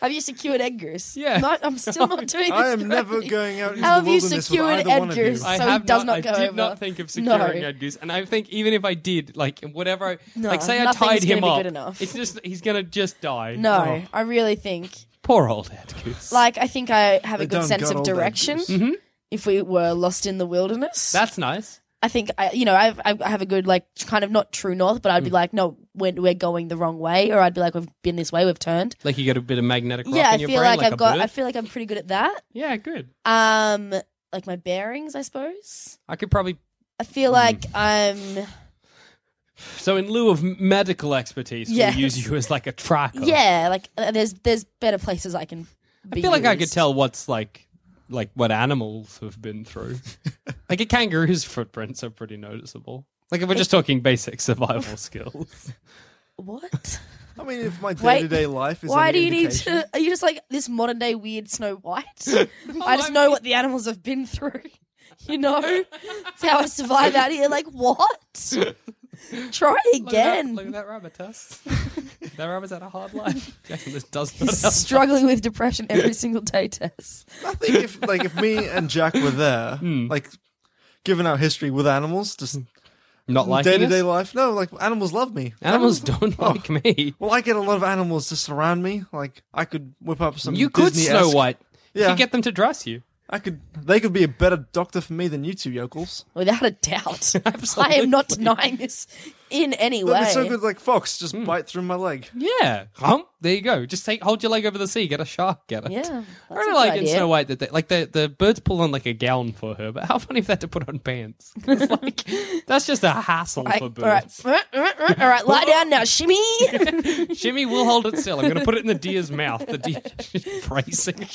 Speaker 2: Have you secured Edgar's?
Speaker 1: Yeah.
Speaker 2: No, I'm still not doing this.
Speaker 3: I am never
Speaker 2: correctly.
Speaker 3: going out into
Speaker 2: How
Speaker 3: the
Speaker 2: have you
Speaker 3: wilderness with
Speaker 2: secured
Speaker 3: either one of you.
Speaker 2: Edgar's?
Speaker 1: I
Speaker 2: so it
Speaker 1: have
Speaker 2: does
Speaker 1: not,
Speaker 2: not go
Speaker 1: I did
Speaker 2: over.
Speaker 1: not think of
Speaker 2: No.
Speaker 1: securing Ed Goose, and I think even if I did, like whatever, I,
Speaker 2: No,
Speaker 1: like say I
Speaker 2: nothing's
Speaker 1: tied
Speaker 2: gonna
Speaker 1: him
Speaker 2: be
Speaker 1: up,
Speaker 2: good enough.
Speaker 1: it's just he's gonna just die.
Speaker 2: No,
Speaker 1: Oh,
Speaker 2: I really think.
Speaker 1: poor old Ed Goose.
Speaker 2: Like, I think I have a
Speaker 3: They
Speaker 2: good
Speaker 3: done
Speaker 2: sense
Speaker 3: got
Speaker 2: of
Speaker 3: all their
Speaker 2: direction.
Speaker 3: juice.
Speaker 1: Mm-hmm.
Speaker 2: If we were lost in the wilderness,
Speaker 1: that's nice.
Speaker 2: I think I, you know, I've, I have a good like kind of not true north, but
Speaker 1: Mm.
Speaker 2: I'd be like, no, we're, we're going the wrong way, or I'd be like, we've been this way, we've turned.
Speaker 1: Like you got a bit of magnetic rock
Speaker 2: yeah, I
Speaker 1: in your
Speaker 2: feel
Speaker 1: brain,
Speaker 2: like,
Speaker 1: a
Speaker 2: I've got.
Speaker 1: bird.
Speaker 2: I feel like I'm pretty good at that.
Speaker 1: yeah, good.
Speaker 2: Um, like my bearings, I suppose.
Speaker 1: I could probably
Speaker 2: I feel
Speaker 1: Mm-hmm.
Speaker 2: like I'm.
Speaker 1: So, in lieu of medical expertise,
Speaker 2: Yes.
Speaker 1: we'll use you as like a tracker.
Speaker 2: Yeah, like uh, there's there's better places I can. Be
Speaker 1: I feel like I could
Speaker 2: used.
Speaker 1: tell what's like, like what animals have been through. like a kangaroo's footprints are pretty noticeable. Like if we're just talking basic survival skills.
Speaker 2: What?
Speaker 3: I mean, if my
Speaker 2: Wait,
Speaker 3: day to day life is
Speaker 2: Why
Speaker 3: any
Speaker 2: do you need
Speaker 3: indication-
Speaker 2: to? Are you just like this modern day weird Snow White? I just know what the animals have been through. You know, it's how I survive out here. Like what? Try again.
Speaker 1: Look at that rabbit, Tess. that rabbit's had a hard life. Jackson, this does not help.
Speaker 2: Struggling with depression every single day, Tess.
Speaker 3: I think if like if me and Jack were there,
Speaker 1: Hmm.
Speaker 3: like given our history with animals, just
Speaker 1: Not like
Speaker 3: day to day Oh.
Speaker 1: day.
Speaker 3: life. No, like animals love me.
Speaker 1: Animals don't like me.
Speaker 3: Well, I get a lot of animals to surround me. Like I could whip up some.
Speaker 1: You could
Speaker 3: Disney-esque-
Speaker 1: Snow White. You
Speaker 3: Yeah.
Speaker 1: could get them to dress you.
Speaker 3: I could. They could be a better doctor for me than you two yokels.
Speaker 2: Without a doubt, I am not denying this in any
Speaker 3: That'd
Speaker 2: way.
Speaker 3: be so good. Like fox, just
Speaker 1: Hmm.
Speaker 3: bite through my leg.
Speaker 1: Yeah. Hump. There you go. Just take hold your leg over the sea, get a shark, get it.
Speaker 2: Yeah, that's
Speaker 1: I
Speaker 2: a
Speaker 1: really
Speaker 2: good
Speaker 1: like in
Speaker 2: idea.
Speaker 1: Snow White that they, like the, the birds pull on like a gown for her, but how funny if they had to put on pants. 'Cause, like that's just a hassle
Speaker 2: Right,
Speaker 1: for
Speaker 2: all
Speaker 1: birds.
Speaker 2: right, all right, all right, lie down now, shimmy.
Speaker 1: Shimmy will hold it still. I'm gonna put it in the deer's mouth. The deer bracing.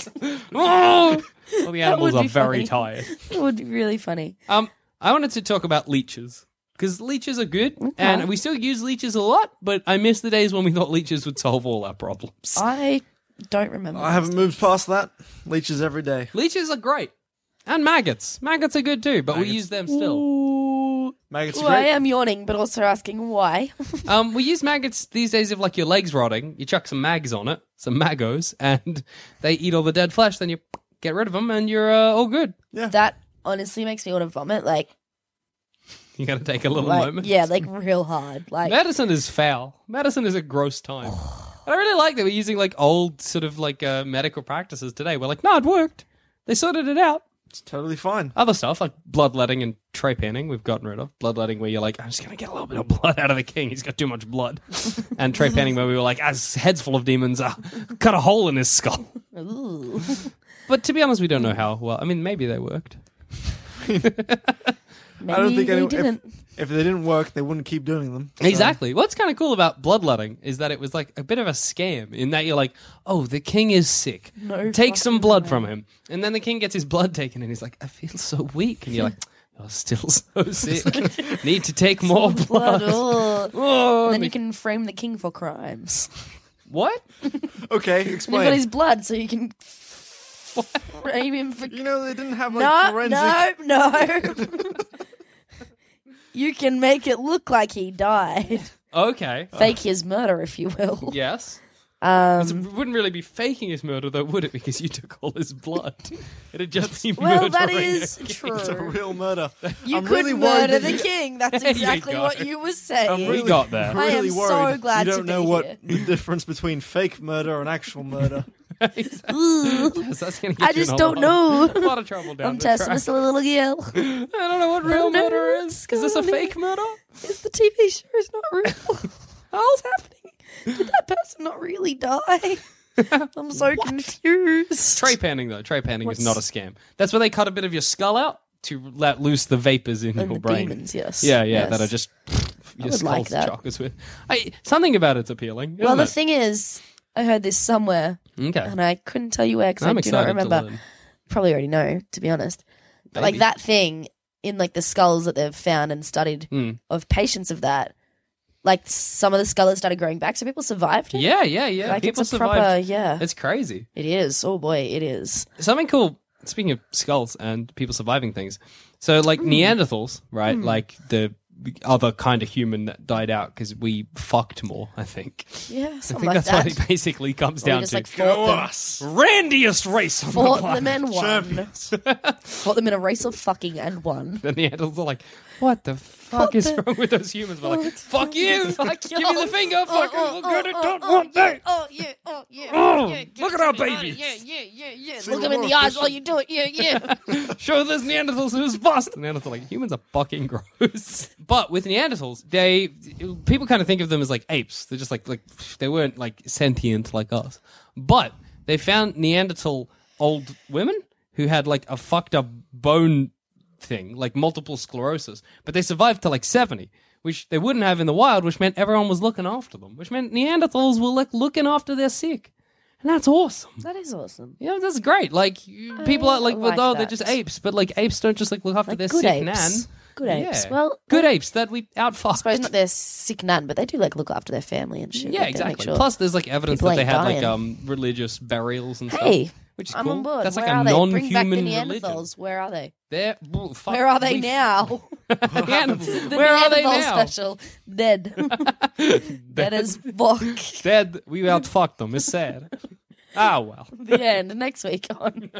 Speaker 1: All the animals
Speaker 2: would
Speaker 1: are
Speaker 2: be
Speaker 1: very
Speaker 2: funny.
Speaker 1: tired.
Speaker 2: it would be really funny.
Speaker 1: Um I wanted to talk about leeches. Because leeches are good, and we still use leeches a lot, but I miss the days when we thought leeches would solve all our problems.
Speaker 2: I don't remember.
Speaker 3: I haven't moved past that. Leeches every day.
Speaker 1: Leeches are great. And maggots. Maggots are good too, but we use them still.
Speaker 3: Maggots
Speaker 2: Ooh,
Speaker 3: are
Speaker 2: I
Speaker 3: great.
Speaker 2: am yawning, but also asking why.
Speaker 1: Um, we use maggots these days if like your legs rotting, you chuck some mags on it, some magos, and they eat all the dead flesh, then you get rid of them, and you're uh, all good.
Speaker 2: That honestly makes me want to vomit. Like,
Speaker 1: You gotta take a little
Speaker 2: like
Speaker 1: moment.
Speaker 2: yeah, like real hard. Like,
Speaker 1: Medicine is foul. Medicine is a gross time. And I really like that we're using like old sort of like uh, medical practices today. We're like, no, it worked. They sorted it out.
Speaker 3: It's totally fine.
Speaker 1: Other stuff like bloodletting and trepanning, we've gotten rid of. Bloodletting, where you're like, I'm just gonna get a little bit of blood out of the king. He's got too much blood. and trepanning, where we were like, as head's full of demons, uh, cut a hole in his skull.
Speaker 2: ooh.
Speaker 1: But to be honest, we don't know how well. I mean, maybe they worked.
Speaker 2: maybe
Speaker 3: I don't think
Speaker 2: they
Speaker 3: anyone.
Speaker 2: didn't.
Speaker 3: If, if they didn't work, they wouldn't keep doing them. So-
Speaker 1: Exactly. What's kind of cool about bloodletting is that it was like a bit of a scam in that you're like, oh, the king is sick.
Speaker 2: No
Speaker 1: Take some
Speaker 2: fucking
Speaker 1: blood
Speaker 2: way.
Speaker 1: from him. And then the king gets his blood taken and he's like, I feel so weak. And you're like, you're still so sick. Need to take more blood.
Speaker 2: Blood, ooh.
Speaker 1: Oh,
Speaker 2: And then
Speaker 1: and
Speaker 2: you
Speaker 1: the-
Speaker 2: can frame the king for crimes.
Speaker 1: What?
Speaker 3: Okay,
Speaker 2: And you've got his
Speaker 3: explain.
Speaker 2: blood, so you can frame him for.
Speaker 3: You know they didn't have like
Speaker 2: No,
Speaker 3: forensic.
Speaker 2: no, no. You can make it look like he died.
Speaker 1: Okay.
Speaker 2: Fake his murder, if you will.
Speaker 1: Yes.
Speaker 2: Um,
Speaker 1: It wouldn't really be faking his murder, though, would it? Because you took all his blood. It'd just be
Speaker 2: well, that
Speaker 1: murdering a
Speaker 2: is
Speaker 1: king.
Speaker 3: It's a
Speaker 2: true.
Speaker 3: real murder.
Speaker 2: You
Speaker 3: I'm
Speaker 2: could
Speaker 3: really worried
Speaker 2: murder
Speaker 3: that
Speaker 2: the
Speaker 3: you-
Speaker 2: king. That's
Speaker 1: There you
Speaker 2: exactly
Speaker 1: go.
Speaker 2: what you were saying.
Speaker 1: I'm really- We got there.
Speaker 3: I'm
Speaker 2: I am
Speaker 3: really
Speaker 2: so
Speaker 3: worried.
Speaker 2: glad
Speaker 3: you
Speaker 2: to
Speaker 3: don't know
Speaker 2: be
Speaker 3: what
Speaker 2: here.
Speaker 3: the difference between fake murder and actual murder.
Speaker 2: Ugh.
Speaker 1: Yes, that's gonna get
Speaker 2: I
Speaker 1: you in
Speaker 2: just
Speaker 1: a
Speaker 2: don't
Speaker 1: lot of- A
Speaker 2: know.
Speaker 1: lot of trouble down
Speaker 2: I'm
Speaker 1: the
Speaker 2: testing
Speaker 1: track.
Speaker 2: this little girl.
Speaker 1: I don't know what real
Speaker 2: don't know
Speaker 1: murder
Speaker 2: what's
Speaker 1: is. Is this a
Speaker 2: going on.
Speaker 1: fake murder?
Speaker 2: Is the TV show is not real? What's happening? Did that person not really die? I'm so confused.
Speaker 1: Tray panning though. Tray panning is
Speaker 2: What's-
Speaker 1: not a scam. That's where they cut a bit of your skull out to let loose the vapors in
Speaker 2: and
Speaker 1: your
Speaker 2: the
Speaker 1: brain.
Speaker 2: demons, yes.
Speaker 1: Yeah, yeah,
Speaker 2: yes.
Speaker 1: that are just your
Speaker 2: would
Speaker 1: skull's
Speaker 2: like that.
Speaker 1: chockers with. I, something about it's appealing.
Speaker 2: Well, the
Speaker 1: isn't
Speaker 2: thing is, I heard this somewhere,
Speaker 1: it? okay.
Speaker 2: and I couldn't tell you where because I
Speaker 1: I'm
Speaker 2: do not
Speaker 1: excited to
Speaker 2: remember.
Speaker 1: learn.
Speaker 2: Probably already know, to be honest. But
Speaker 1: Maybe.
Speaker 2: like that thing in like the skulls that they've found and studied
Speaker 1: Hmm.
Speaker 2: of patients of that, like some of the skulls started growing back, so people survived. It.
Speaker 1: Yeah, yeah, yeah.
Speaker 2: like
Speaker 1: People
Speaker 2: it's a
Speaker 1: survived.
Speaker 2: proper yeah.
Speaker 1: It's crazy.
Speaker 2: It is. Oh boy, it is.
Speaker 1: something cool. Speaking of skulls and people surviving things, so like
Speaker 2: Hmm.
Speaker 1: Neanderthals, right? Like the other kind of human that died out because we fucked more. I think.
Speaker 2: Yeah,
Speaker 1: I
Speaker 2: something
Speaker 1: think
Speaker 2: like
Speaker 1: that's
Speaker 2: that.
Speaker 1: what it basically comes
Speaker 2: Or we
Speaker 1: down
Speaker 2: just
Speaker 1: to.
Speaker 2: like fought
Speaker 3: us.
Speaker 1: The Randiest race on
Speaker 2: them, fought
Speaker 1: the planet.
Speaker 2: them and won.
Speaker 3: Champions.
Speaker 2: fought them in a race of fucking and won.
Speaker 1: The Neanderthals are like, what the fuck is wrong with those humans? We're like, fuck you, fuck, give me the finger, fuck, we'll go to don't want that.
Speaker 2: Oh yeah, oh yeah.
Speaker 1: Oh,
Speaker 2: give
Speaker 1: look at
Speaker 2: it to
Speaker 1: our
Speaker 2: me.
Speaker 1: babies.
Speaker 2: Oh, yeah, yeah, yeah, yeah.
Speaker 3: See,
Speaker 2: Look
Speaker 3: the
Speaker 2: them in
Speaker 3: more
Speaker 2: the eyes
Speaker 3: efficient-
Speaker 2: while you do it. Yeah, yeah.
Speaker 1: show those Neanderthals who's boss. The Neanderthals are like humans are fucking gross. But with Neanderthals, they people kind of think of them as like apes. They're just like like they weren't like sentient like us. But they found Neanderthal old women who had like a fucked up bone thing, like multiple sclerosis. But they survived to like seventy. Which they wouldn't have in the wild, which meant everyone was looking after them, which meant Neanderthals were like looking after their sick. And that's awesome.
Speaker 2: that is awesome.
Speaker 1: Yeah, that's great. Like you- people are like,
Speaker 2: I
Speaker 1: well,
Speaker 2: like
Speaker 1: oh, they're
Speaker 2: that.
Speaker 1: just apes, but like apes don't just like look after
Speaker 2: Like
Speaker 1: their
Speaker 2: good
Speaker 1: sick
Speaker 2: apes.
Speaker 1: nan.
Speaker 2: Good
Speaker 1: Yeah.
Speaker 2: apes. Well,
Speaker 1: good
Speaker 2: I
Speaker 1: apes that we outfoxed.
Speaker 2: suppose not their sick nan, but they do like look after their family and shit.
Speaker 1: yeah,
Speaker 2: like, they make
Speaker 1: exactly.
Speaker 2: sure-
Speaker 1: Plus, there's like evidence
Speaker 2: people
Speaker 1: that they
Speaker 2: ain't
Speaker 1: had like
Speaker 2: dying.
Speaker 1: um religious burials and
Speaker 2: hey,
Speaker 1: stuff, which is
Speaker 2: I'm
Speaker 1: cool.
Speaker 2: on board.
Speaker 1: That's
Speaker 2: Where
Speaker 1: like a
Speaker 2: are they? Bring back the
Speaker 1: non-human religion.
Speaker 2: Neanderthals. Where are they?
Speaker 1: They're, well, fuck,
Speaker 2: Where are they
Speaker 1: we-
Speaker 2: now?
Speaker 1: The animals.
Speaker 2: The
Speaker 1: Where are they
Speaker 2: Neanderthal
Speaker 1: now?
Speaker 2: Special dead. dead as fuck.
Speaker 1: Dead. We outfucked them. It's sad. ah well,
Speaker 2: the end next week on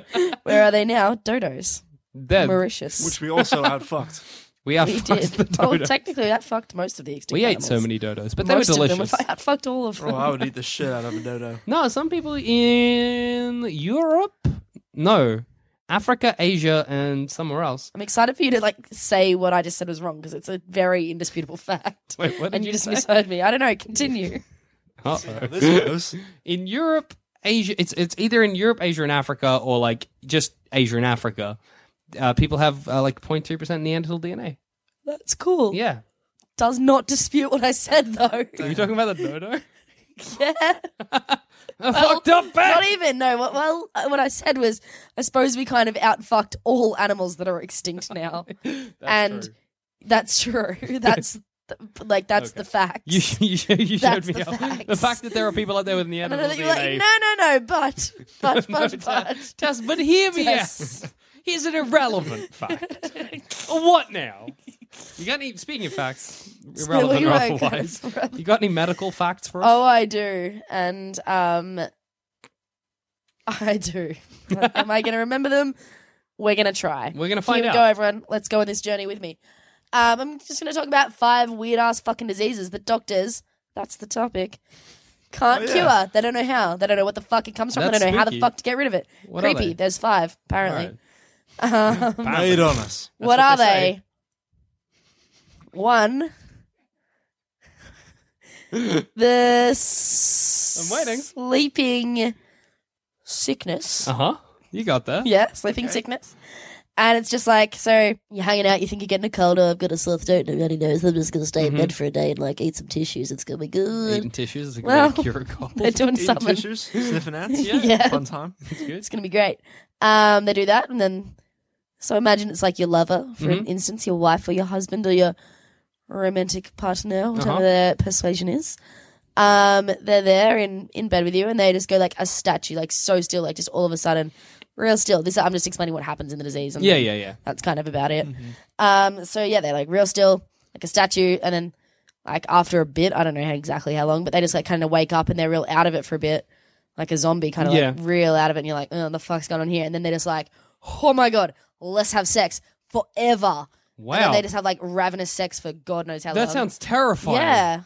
Speaker 2: Where Are They Now? Dodos.
Speaker 1: dead.
Speaker 2: Mauritius.
Speaker 3: Which we also outfucked.
Speaker 1: we
Speaker 2: we
Speaker 1: outfucked
Speaker 2: did.
Speaker 1: the
Speaker 2: Oh,
Speaker 1: dodo.
Speaker 2: technically, that fucked most of the extinct
Speaker 1: we ate so
Speaker 2: animals.
Speaker 1: many dodos, but they
Speaker 2: Most
Speaker 1: were
Speaker 2: Of them.
Speaker 1: delicious.
Speaker 2: If I had fucked all of them.
Speaker 3: Oh, I would eat the shit out of a dodo.
Speaker 1: No, some people in Europe, no, Africa, Asia, and somewhere else.
Speaker 2: I'm excited for you to like say what I just said was wrong because it's a very indisputable fact.
Speaker 1: Wait, what did
Speaker 2: and you,
Speaker 1: you
Speaker 2: just
Speaker 1: say?
Speaker 2: misheard me. I don't know. Continue.
Speaker 1: Uh-oh.
Speaker 3: This goes.
Speaker 1: In Europe, Asia, it's it's either in Europe, Asia, and Africa, or like just Asia and Africa. Uh, people have uh, like 0.3 percent Neanderthal DNA.
Speaker 2: That's cool.
Speaker 1: Yeah,
Speaker 2: Does not dispute what I said though.
Speaker 1: are you talking about the dodo?
Speaker 2: yeah.
Speaker 1: A fucked up
Speaker 2: Not
Speaker 1: bat.
Speaker 2: even. No. What, well, uh, what I said was, I suppose we kind of outfucked all animals that are extinct now. and
Speaker 1: true.
Speaker 2: that's true. That's th- like that's the fact.
Speaker 1: You you, you showed
Speaker 2: That's
Speaker 1: me
Speaker 2: the
Speaker 1: up. the
Speaker 2: facts.
Speaker 1: fact that there are people out there with
Speaker 2: and I
Speaker 1: Neanderthal
Speaker 2: know that you're
Speaker 1: DNA.
Speaker 2: like, no, no, no, but, but,
Speaker 1: No,
Speaker 2: but,
Speaker 1: Tess-
Speaker 2: but.
Speaker 1: Tess, but hear me
Speaker 2: Tess.
Speaker 1: out. Here's an irrelevant fact. what now? You got any? Speaking of facts, irrelevant or
Speaker 2: Right,
Speaker 1: otherwise,
Speaker 2: guys, right.
Speaker 1: you got any medical facts for us?
Speaker 2: Oh, I do. And um, I do. Am I going to remember them? We're going to try.
Speaker 1: We're gonna
Speaker 2: Here
Speaker 1: find
Speaker 2: we
Speaker 1: out.
Speaker 2: Go, everyone. Let's go on this journey with me. Um, I'm just going to talk about five weird ass fucking diseases that doctors, that's the topic, can't cure. They don't know how. They don't know what the fuck it comes from.
Speaker 1: Oh, That's
Speaker 2: they don't know how the
Speaker 1: spooky.
Speaker 2: fuck to get rid of it.
Speaker 1: What are
Speaker 2: Creepy.
Speaker 1: they?
Speaker 2: There's five, apparently.
Speaker 3: Made on us.
Speaker 2: What,
Speaker 1: what
Speaker 2: are
Speaker 1: they
Speaker 2: they?
Speaker 1: say.
Speaker 2: One. the s-
Speaker 1: I'm waiting.
Speaker 2: Sleeping sickness.
Speaker 1: Uh huh. You got that.
Speaker 2: Yeah, sleeping sickness. And it's just like, so you're hanging out, you think you're getting a cold, oh, I've got a sore throat, nobody knows, I'm just going to stay in
Speaker 1: Mm-hmm.
Speaker 2: bed for a day and like eat some tissues, it's going to be
Speaker 1: Eating
Speaker 2: good.
Speaker 1: tissues is a
Speaker 2: Well-
Speaker 1: good cure cold.
Speaker 2: They're doing
Speaker 3: Eating
Speaker 2: something.
Speaker 3: tissues, sniffing ants.
Speaker 2: Yeah.
Speaker 3: Fun time.
Speaker 2: It's going to be great. Um, they do that, and then so imagine it's like your lover, for
Speaker 1: Mm-hmm.
Speaker 2: an instance, your wife or your husband or your romantic partner, whatever
Speaker 1: Uh-huh.
Speaker 2: their persuasion is. Um, they're there in in bed with you, and they just go like a statue, like so still, like just all of a sudden, real still. This I'm just explaining what happens in the disease. and
Speaker 1: Yeah, yeah, yeah.
Speaker 2: That's kind of about it.
Speaker 1: Mm-hmm.
Speaker 2: Um, so yeah, they're like real still, like a statue, and then like after a bit, I don't know how, exactly how long, but they just like kind of wake up and they're real out of it for a bit, like a zombie, kind of
Speaker 1: Yeah.
Speaker 2: like real out of it. And you're like, oh, the fuck's going on here? And then they're just like, oh my god, let's have sex forever. And then
Speaker 1: Wow.
Speaker 2: they just have like ravenous sex for God knows how long.
Speaker 1: That sounds terrifying.
Speaker 2: yeah.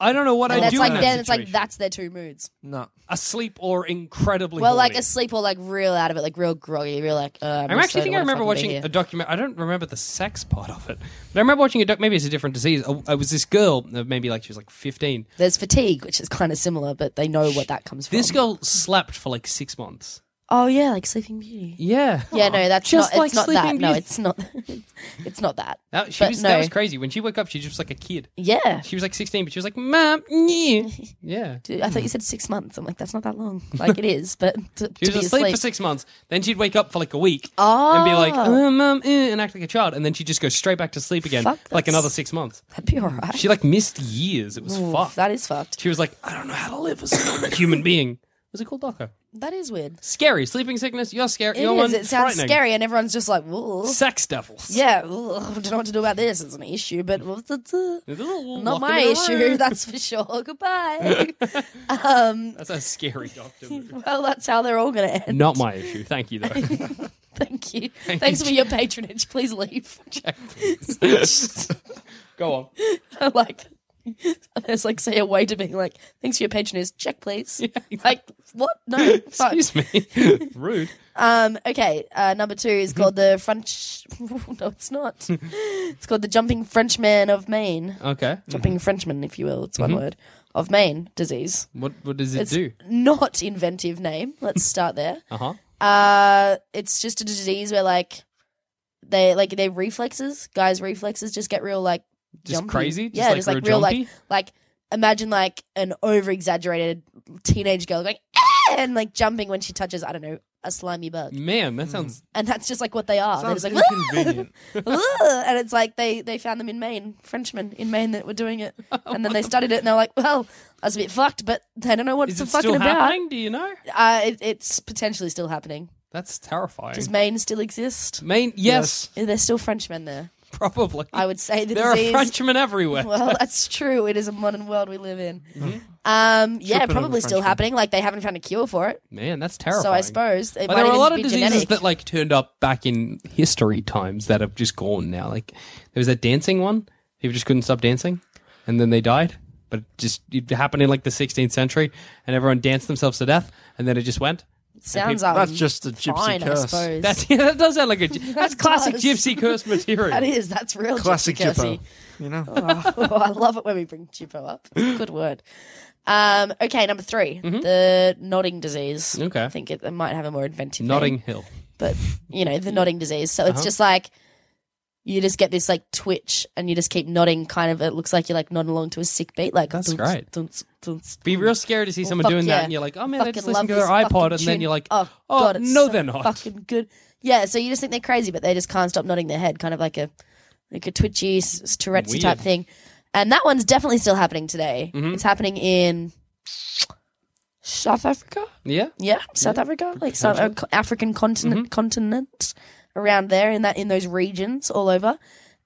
Speaker 1: I don't know what
Speaker 2: And
Speaker 1: I
Speaker 2: that's
Speaker 1: do.
Speaker 2: like
Speaker 1: in that
Speaker 2: then it's like
Speaker 1: situation.
Speaker 2: that's their two moods.
Speaker 3: No.
Speaker 1: asleep or incredibly.
Speaker 2: Well, like
Speaker 1: horny.
Speaker 2: asleep or like real out of it, like real groggy, real like. Uh,
Speaker 1: I actually think I remember watching
Speaker 2: it.
Speaker 1: a document. I don't remember the sex part of it, but I remember watching a doc. Maybe it's a different disease. I, I was this girl, uh, maybe like she was like fifteen.
Speaker 2: There's fatigue, which is kind of similar, but they know what that comes from.
Speaker 1: This girl slept for like six months.
Speaker 2: Oh yeah, like Sleeping Beauty.
Speaker 1: Yeah,
Speaker 2: Yeah, no, that's
Speaker 1: Just
Speaker 2: not.
Speaker 1: like
Speaker 2: it's not
Speaker 1: Sleeping
Speaker 2: that. No,
Speaker 1: Beauty.
Speaker 2: it's not. it's not that.
Speaker 1: That, she
Speaker 2: But
Speaker 1: was,
Speaker 2: no.
Speaker 1: that was crazy. When she woke up, she was just like a kid.
Speaker 2: Yeah.
Speaker 1: She was like sixteen, but she was like, "Mom, yeah, yeah."
Speaker 2: Dude, I thought you said six months. I'm like, that's not that long. Like it is, but to,
Speaker 1: She
Speaker 2: to
Speaker 1: was
Speaker 2: be
Speaker 1: asleep,
Speaker 2: asleep.
Speaker 1: for six months. Then she'd wake up for like a week
Speaker 2: Oh.
Speaker 1: and be like, uh, "Mom," uh, and act like a child, and then she'd just go straight back to sleep again,
Speaker 2: Fuck,
Speaker 1: for, like
Speaker 2: that's-
Speaker 1: another six months.
Speaker 2: That'd be alright.
Speaker 1: She like missed years. It was
Speaker 2: Oof,
Speaker 1: fucked.
Speaker 2: That is fucked.
Speaker 1: She was like, I don't know how to live as a normal human being. Was it called Docker?
Speaker 2: That is weird.
Speaker 1: Scary. Sleeping sickness. You're scary.
Speaker 2: It
Speaker 1: you're
Speaker 2: is.
Speaker 1: one.
Speaker 2: It sounds
Speaker 1: frightening.
Speaker 2: scary, and everyone's just like, whoa.
Speaker 1: Sex devils.
Speaker 2: Yeah, ugh, I don't know what to do about this. It's an issue, but not
Speaker 1: Not
Speaker 2: my issue. That's for sure. Goodbye.
Speaker 1: That's a scary doctor. move.
Speaker 2: well, that's how they're all going to end.
Speaker 1: Not my issue. Thank you, though.
Speaker 2: Thank you. Thanks for your patronage. Please leave.
Speaker 1: Go on.
Speaker 2: I like there's like say a way to being like thanks for your patronage check please like what no fuck.
Speaker 1: Excuse me. Rude.
Speaker 2: um okay uh number two is called the french no it's not it's called the jumping frenchman of maine
Speaker 1: Okay.
Speaker 2: jumping frenchman if you will it's one word of maine disease
Speaker 1: What What does it
Speaker 2: it's
Speaker 1: Mm-hmm. do?
Speaker 2: not inventive name let's start there
Speaker 1: Uh huh.
Speaker 2: uh it's just a disease where like they like their reflexes guys reflexes just get real like
Speaker 1: Just
Speaker 2: jumpy.
Speaker 1: crazy? Just,
Speaker 2: yeah
Speaker 1: like,
Speaker 2: just like
Speaker 1: real
Speaker 2: real like
Speaker 1: jumpy?
Speaker 2: like imagine like an over exaggerated teenage girl going "Ah!" and like jumping when she touches i don't know a slimy bug
Speaker 1: Man, that sounds.
Speaker 2: and that's just like what they are
Speaker 3: Sounds
Speaker 2: they're just like
Speaker 3: inconvenient.
Speaker 2: "Ugh," and it's like they they found them in maine frenchmen in maine that were doing it
Speaker 1: Oh
Speaker 2: and then they studied it and they're like well i was a bit fucked but i don't know what
Speaker 1: Is it
Speaker 2: it's
Speaker 1: still
Speaker 2: fucking about
Speaker 1: happening? Do you know?
Speaker 2: uh, it, it's potentially still happening
Speaker 1: That's terrifying.
Speaker 2: does maine still exist
Speaker 1: Main. Yes,
Speaker 2: Yeah, There's still Frenchmen there.
Speaker 1: probably.
Speaker 2: I would say the
Speaker 1: there are
Speaker 2: disease.
Speaker 1: Frenchmen everywhere.
Speaker 2: well, that's true. It is a modern world we live in.
Speaker 1: Mm-hmm.
Speaker 2: Um, yeah,
Speaker 3: Tripping
Speaker 2: probably
Speaker 3: over
Speaker 2: still
Speaker 3: Frenchmen.
Speaker 2: happening. Like they haven't found a cure for it,
Speaker 1: Man, that's terrifying.
Speaker 2: so I suppose it
Speaker 1: But
Speaker 2: might
Speaker 1: there were a
Speaker 2: even
Speaker 1: lot of
Speaker 2: be
Speaker 1: diseases
Speaker 2: genetic.
Speaker 1: that like turned up back in history times that have just gone now. Like there was that dancing one. People just couldn't stop dancing, and then they died. But it just it happened in like the 16th century, and everyone danced themselves to death, and then it just went.
Speaker 2: sounds
Speaker 1: people-
Speaker 2: like
Speaker 3: That's just a gypsy
Speaker 2: Um, fine,
Speaker 3: curse.
Speaker 2: I suppose.
Speaker 1: That's that does sound like a gy- that's classic
Speaker 2: does.
Speaker 1: gypsy curse material.
Speaker 2: that is that's real
Speaker 3: Classic
Speaker 2: gypsy
Speaker 3: Jippo.
Speaker 2: cursey.
Speaker 3: You know?
Speaker 2: oh, I love it when we bring Jippo up. It's a good word. Um, okay, number 3 the nodding disease.
Speaker 1: Mm-hmm. Okay.
Speaker 2: I think it, it might have a more inventive name.
Speaker 1: Notting Hill.
Speaker 2: but you know the
Speaker 1: Mm.
Speaker 2: nodding disease. So
Speaker 1: Uh-huh.
Speaker 2: it's just like you just get this like twitch, and you just keep nodding. Kind of, it looks like you're like nodding along to a sick beat. Like
Speaker 1: That's
Speaker 2: dunce,
Speaker 1: great.
Speaker 2: dunce, dunce.
Speaker 1: Be real scared to see someone
Speaker 2: Mm. fuck
Speaker 1: doing that,
Speaker 2: yeah.
Speaker 1: and you're like, oh man, they
Speaker 2: Fucking
Speaker 1: just
Speaker 2: love
Speaker 1: listening to their
Speaker 2: this fucking
Speaker 1: iPod, and then
Speaker 2: tune.
Speaker 1: you're like,
Speaker 2: oh,
Speaker 1: oh,
Speaker 2: God, it's
Speaker 1: no,
Speaker 2: so
Speaker 1: they're not.
Speaker 2: fucking good. Yeah, so you just think they're crazy, but they just can't stop nodding their head, kind of like a like a twitchy s- s- Tourette's
Speaker 1: Weird. Mm-hmm.
Speaker 2: type thing. And that one's definitely still happening today. It's happening in South Africa.
Speaker 1: Yeah,
Speaker 2: Yeah, South Africa, like South uh, co- African continent, continent around there in that in those regions all over,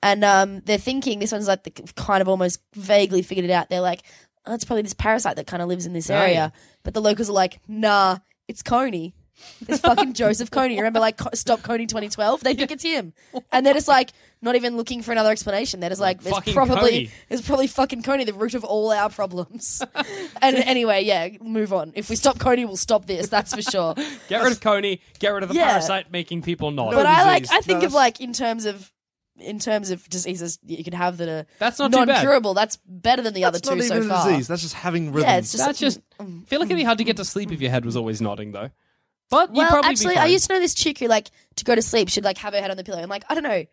Speaker 2: and um, they're thinking this one's like the, kind of almost vaguely figured it out. They're like, oh, it's probably this parasite that kind of lives in this
Speaker 1: yeah.
Speaker 2: area, but the locals are like, nah, it's Coney. It's fucking Joseph Coney. Remember, like, Co- Stop Coney 2012? They think it's him. And they're just like, not even looking for another explanation. They're just like, it's
Speaker 1: Fucking
Speaker 2: probably,
Speaker 1: Coney.
Speaker 2: it's probably fucking Coney, the root of all our problems. and anyway, yeah, move on. If we stop Coney, we'll stop this. That's for sure.
Speaker 1: Get rid of Coney. Get rid of the
Speaker 2: Yeah.
Speaker 1: parasite making people nod.
Speaker 2: but I like, I
Speaker 3: disease.
Speaker 2: think
Speaker 3: No,
Speaker 2: of
Speaker 3: that's-
Speaker 2: like, in terms of. In terms of diseases you can have that are
Speaker 1: That's not too bad.
Speaker 2: non-curable, that's better than the
Speaker 3: That's
Speaker 2: other
Speaker 3: not
Speaker 2: two
Speaker 3: even
Speaker 2: so
Speaker 3: a
Speaker 2: far.
Speaker 3: disease. That's just having rhythm.
Speaker 2: yeah, it's just
Speaker 1: That's just feel like it'd be hard to get to sleep if your head was always nodding though. But you'd
Speaker 2: Well,
Speaker 1: probably
Speaker 2: actually,
Speaker 1: be fine.
Speaker 2: I used to know this chick who, like, to go to sleep, she'd like have her head on the pillow. I'm like, I don't know.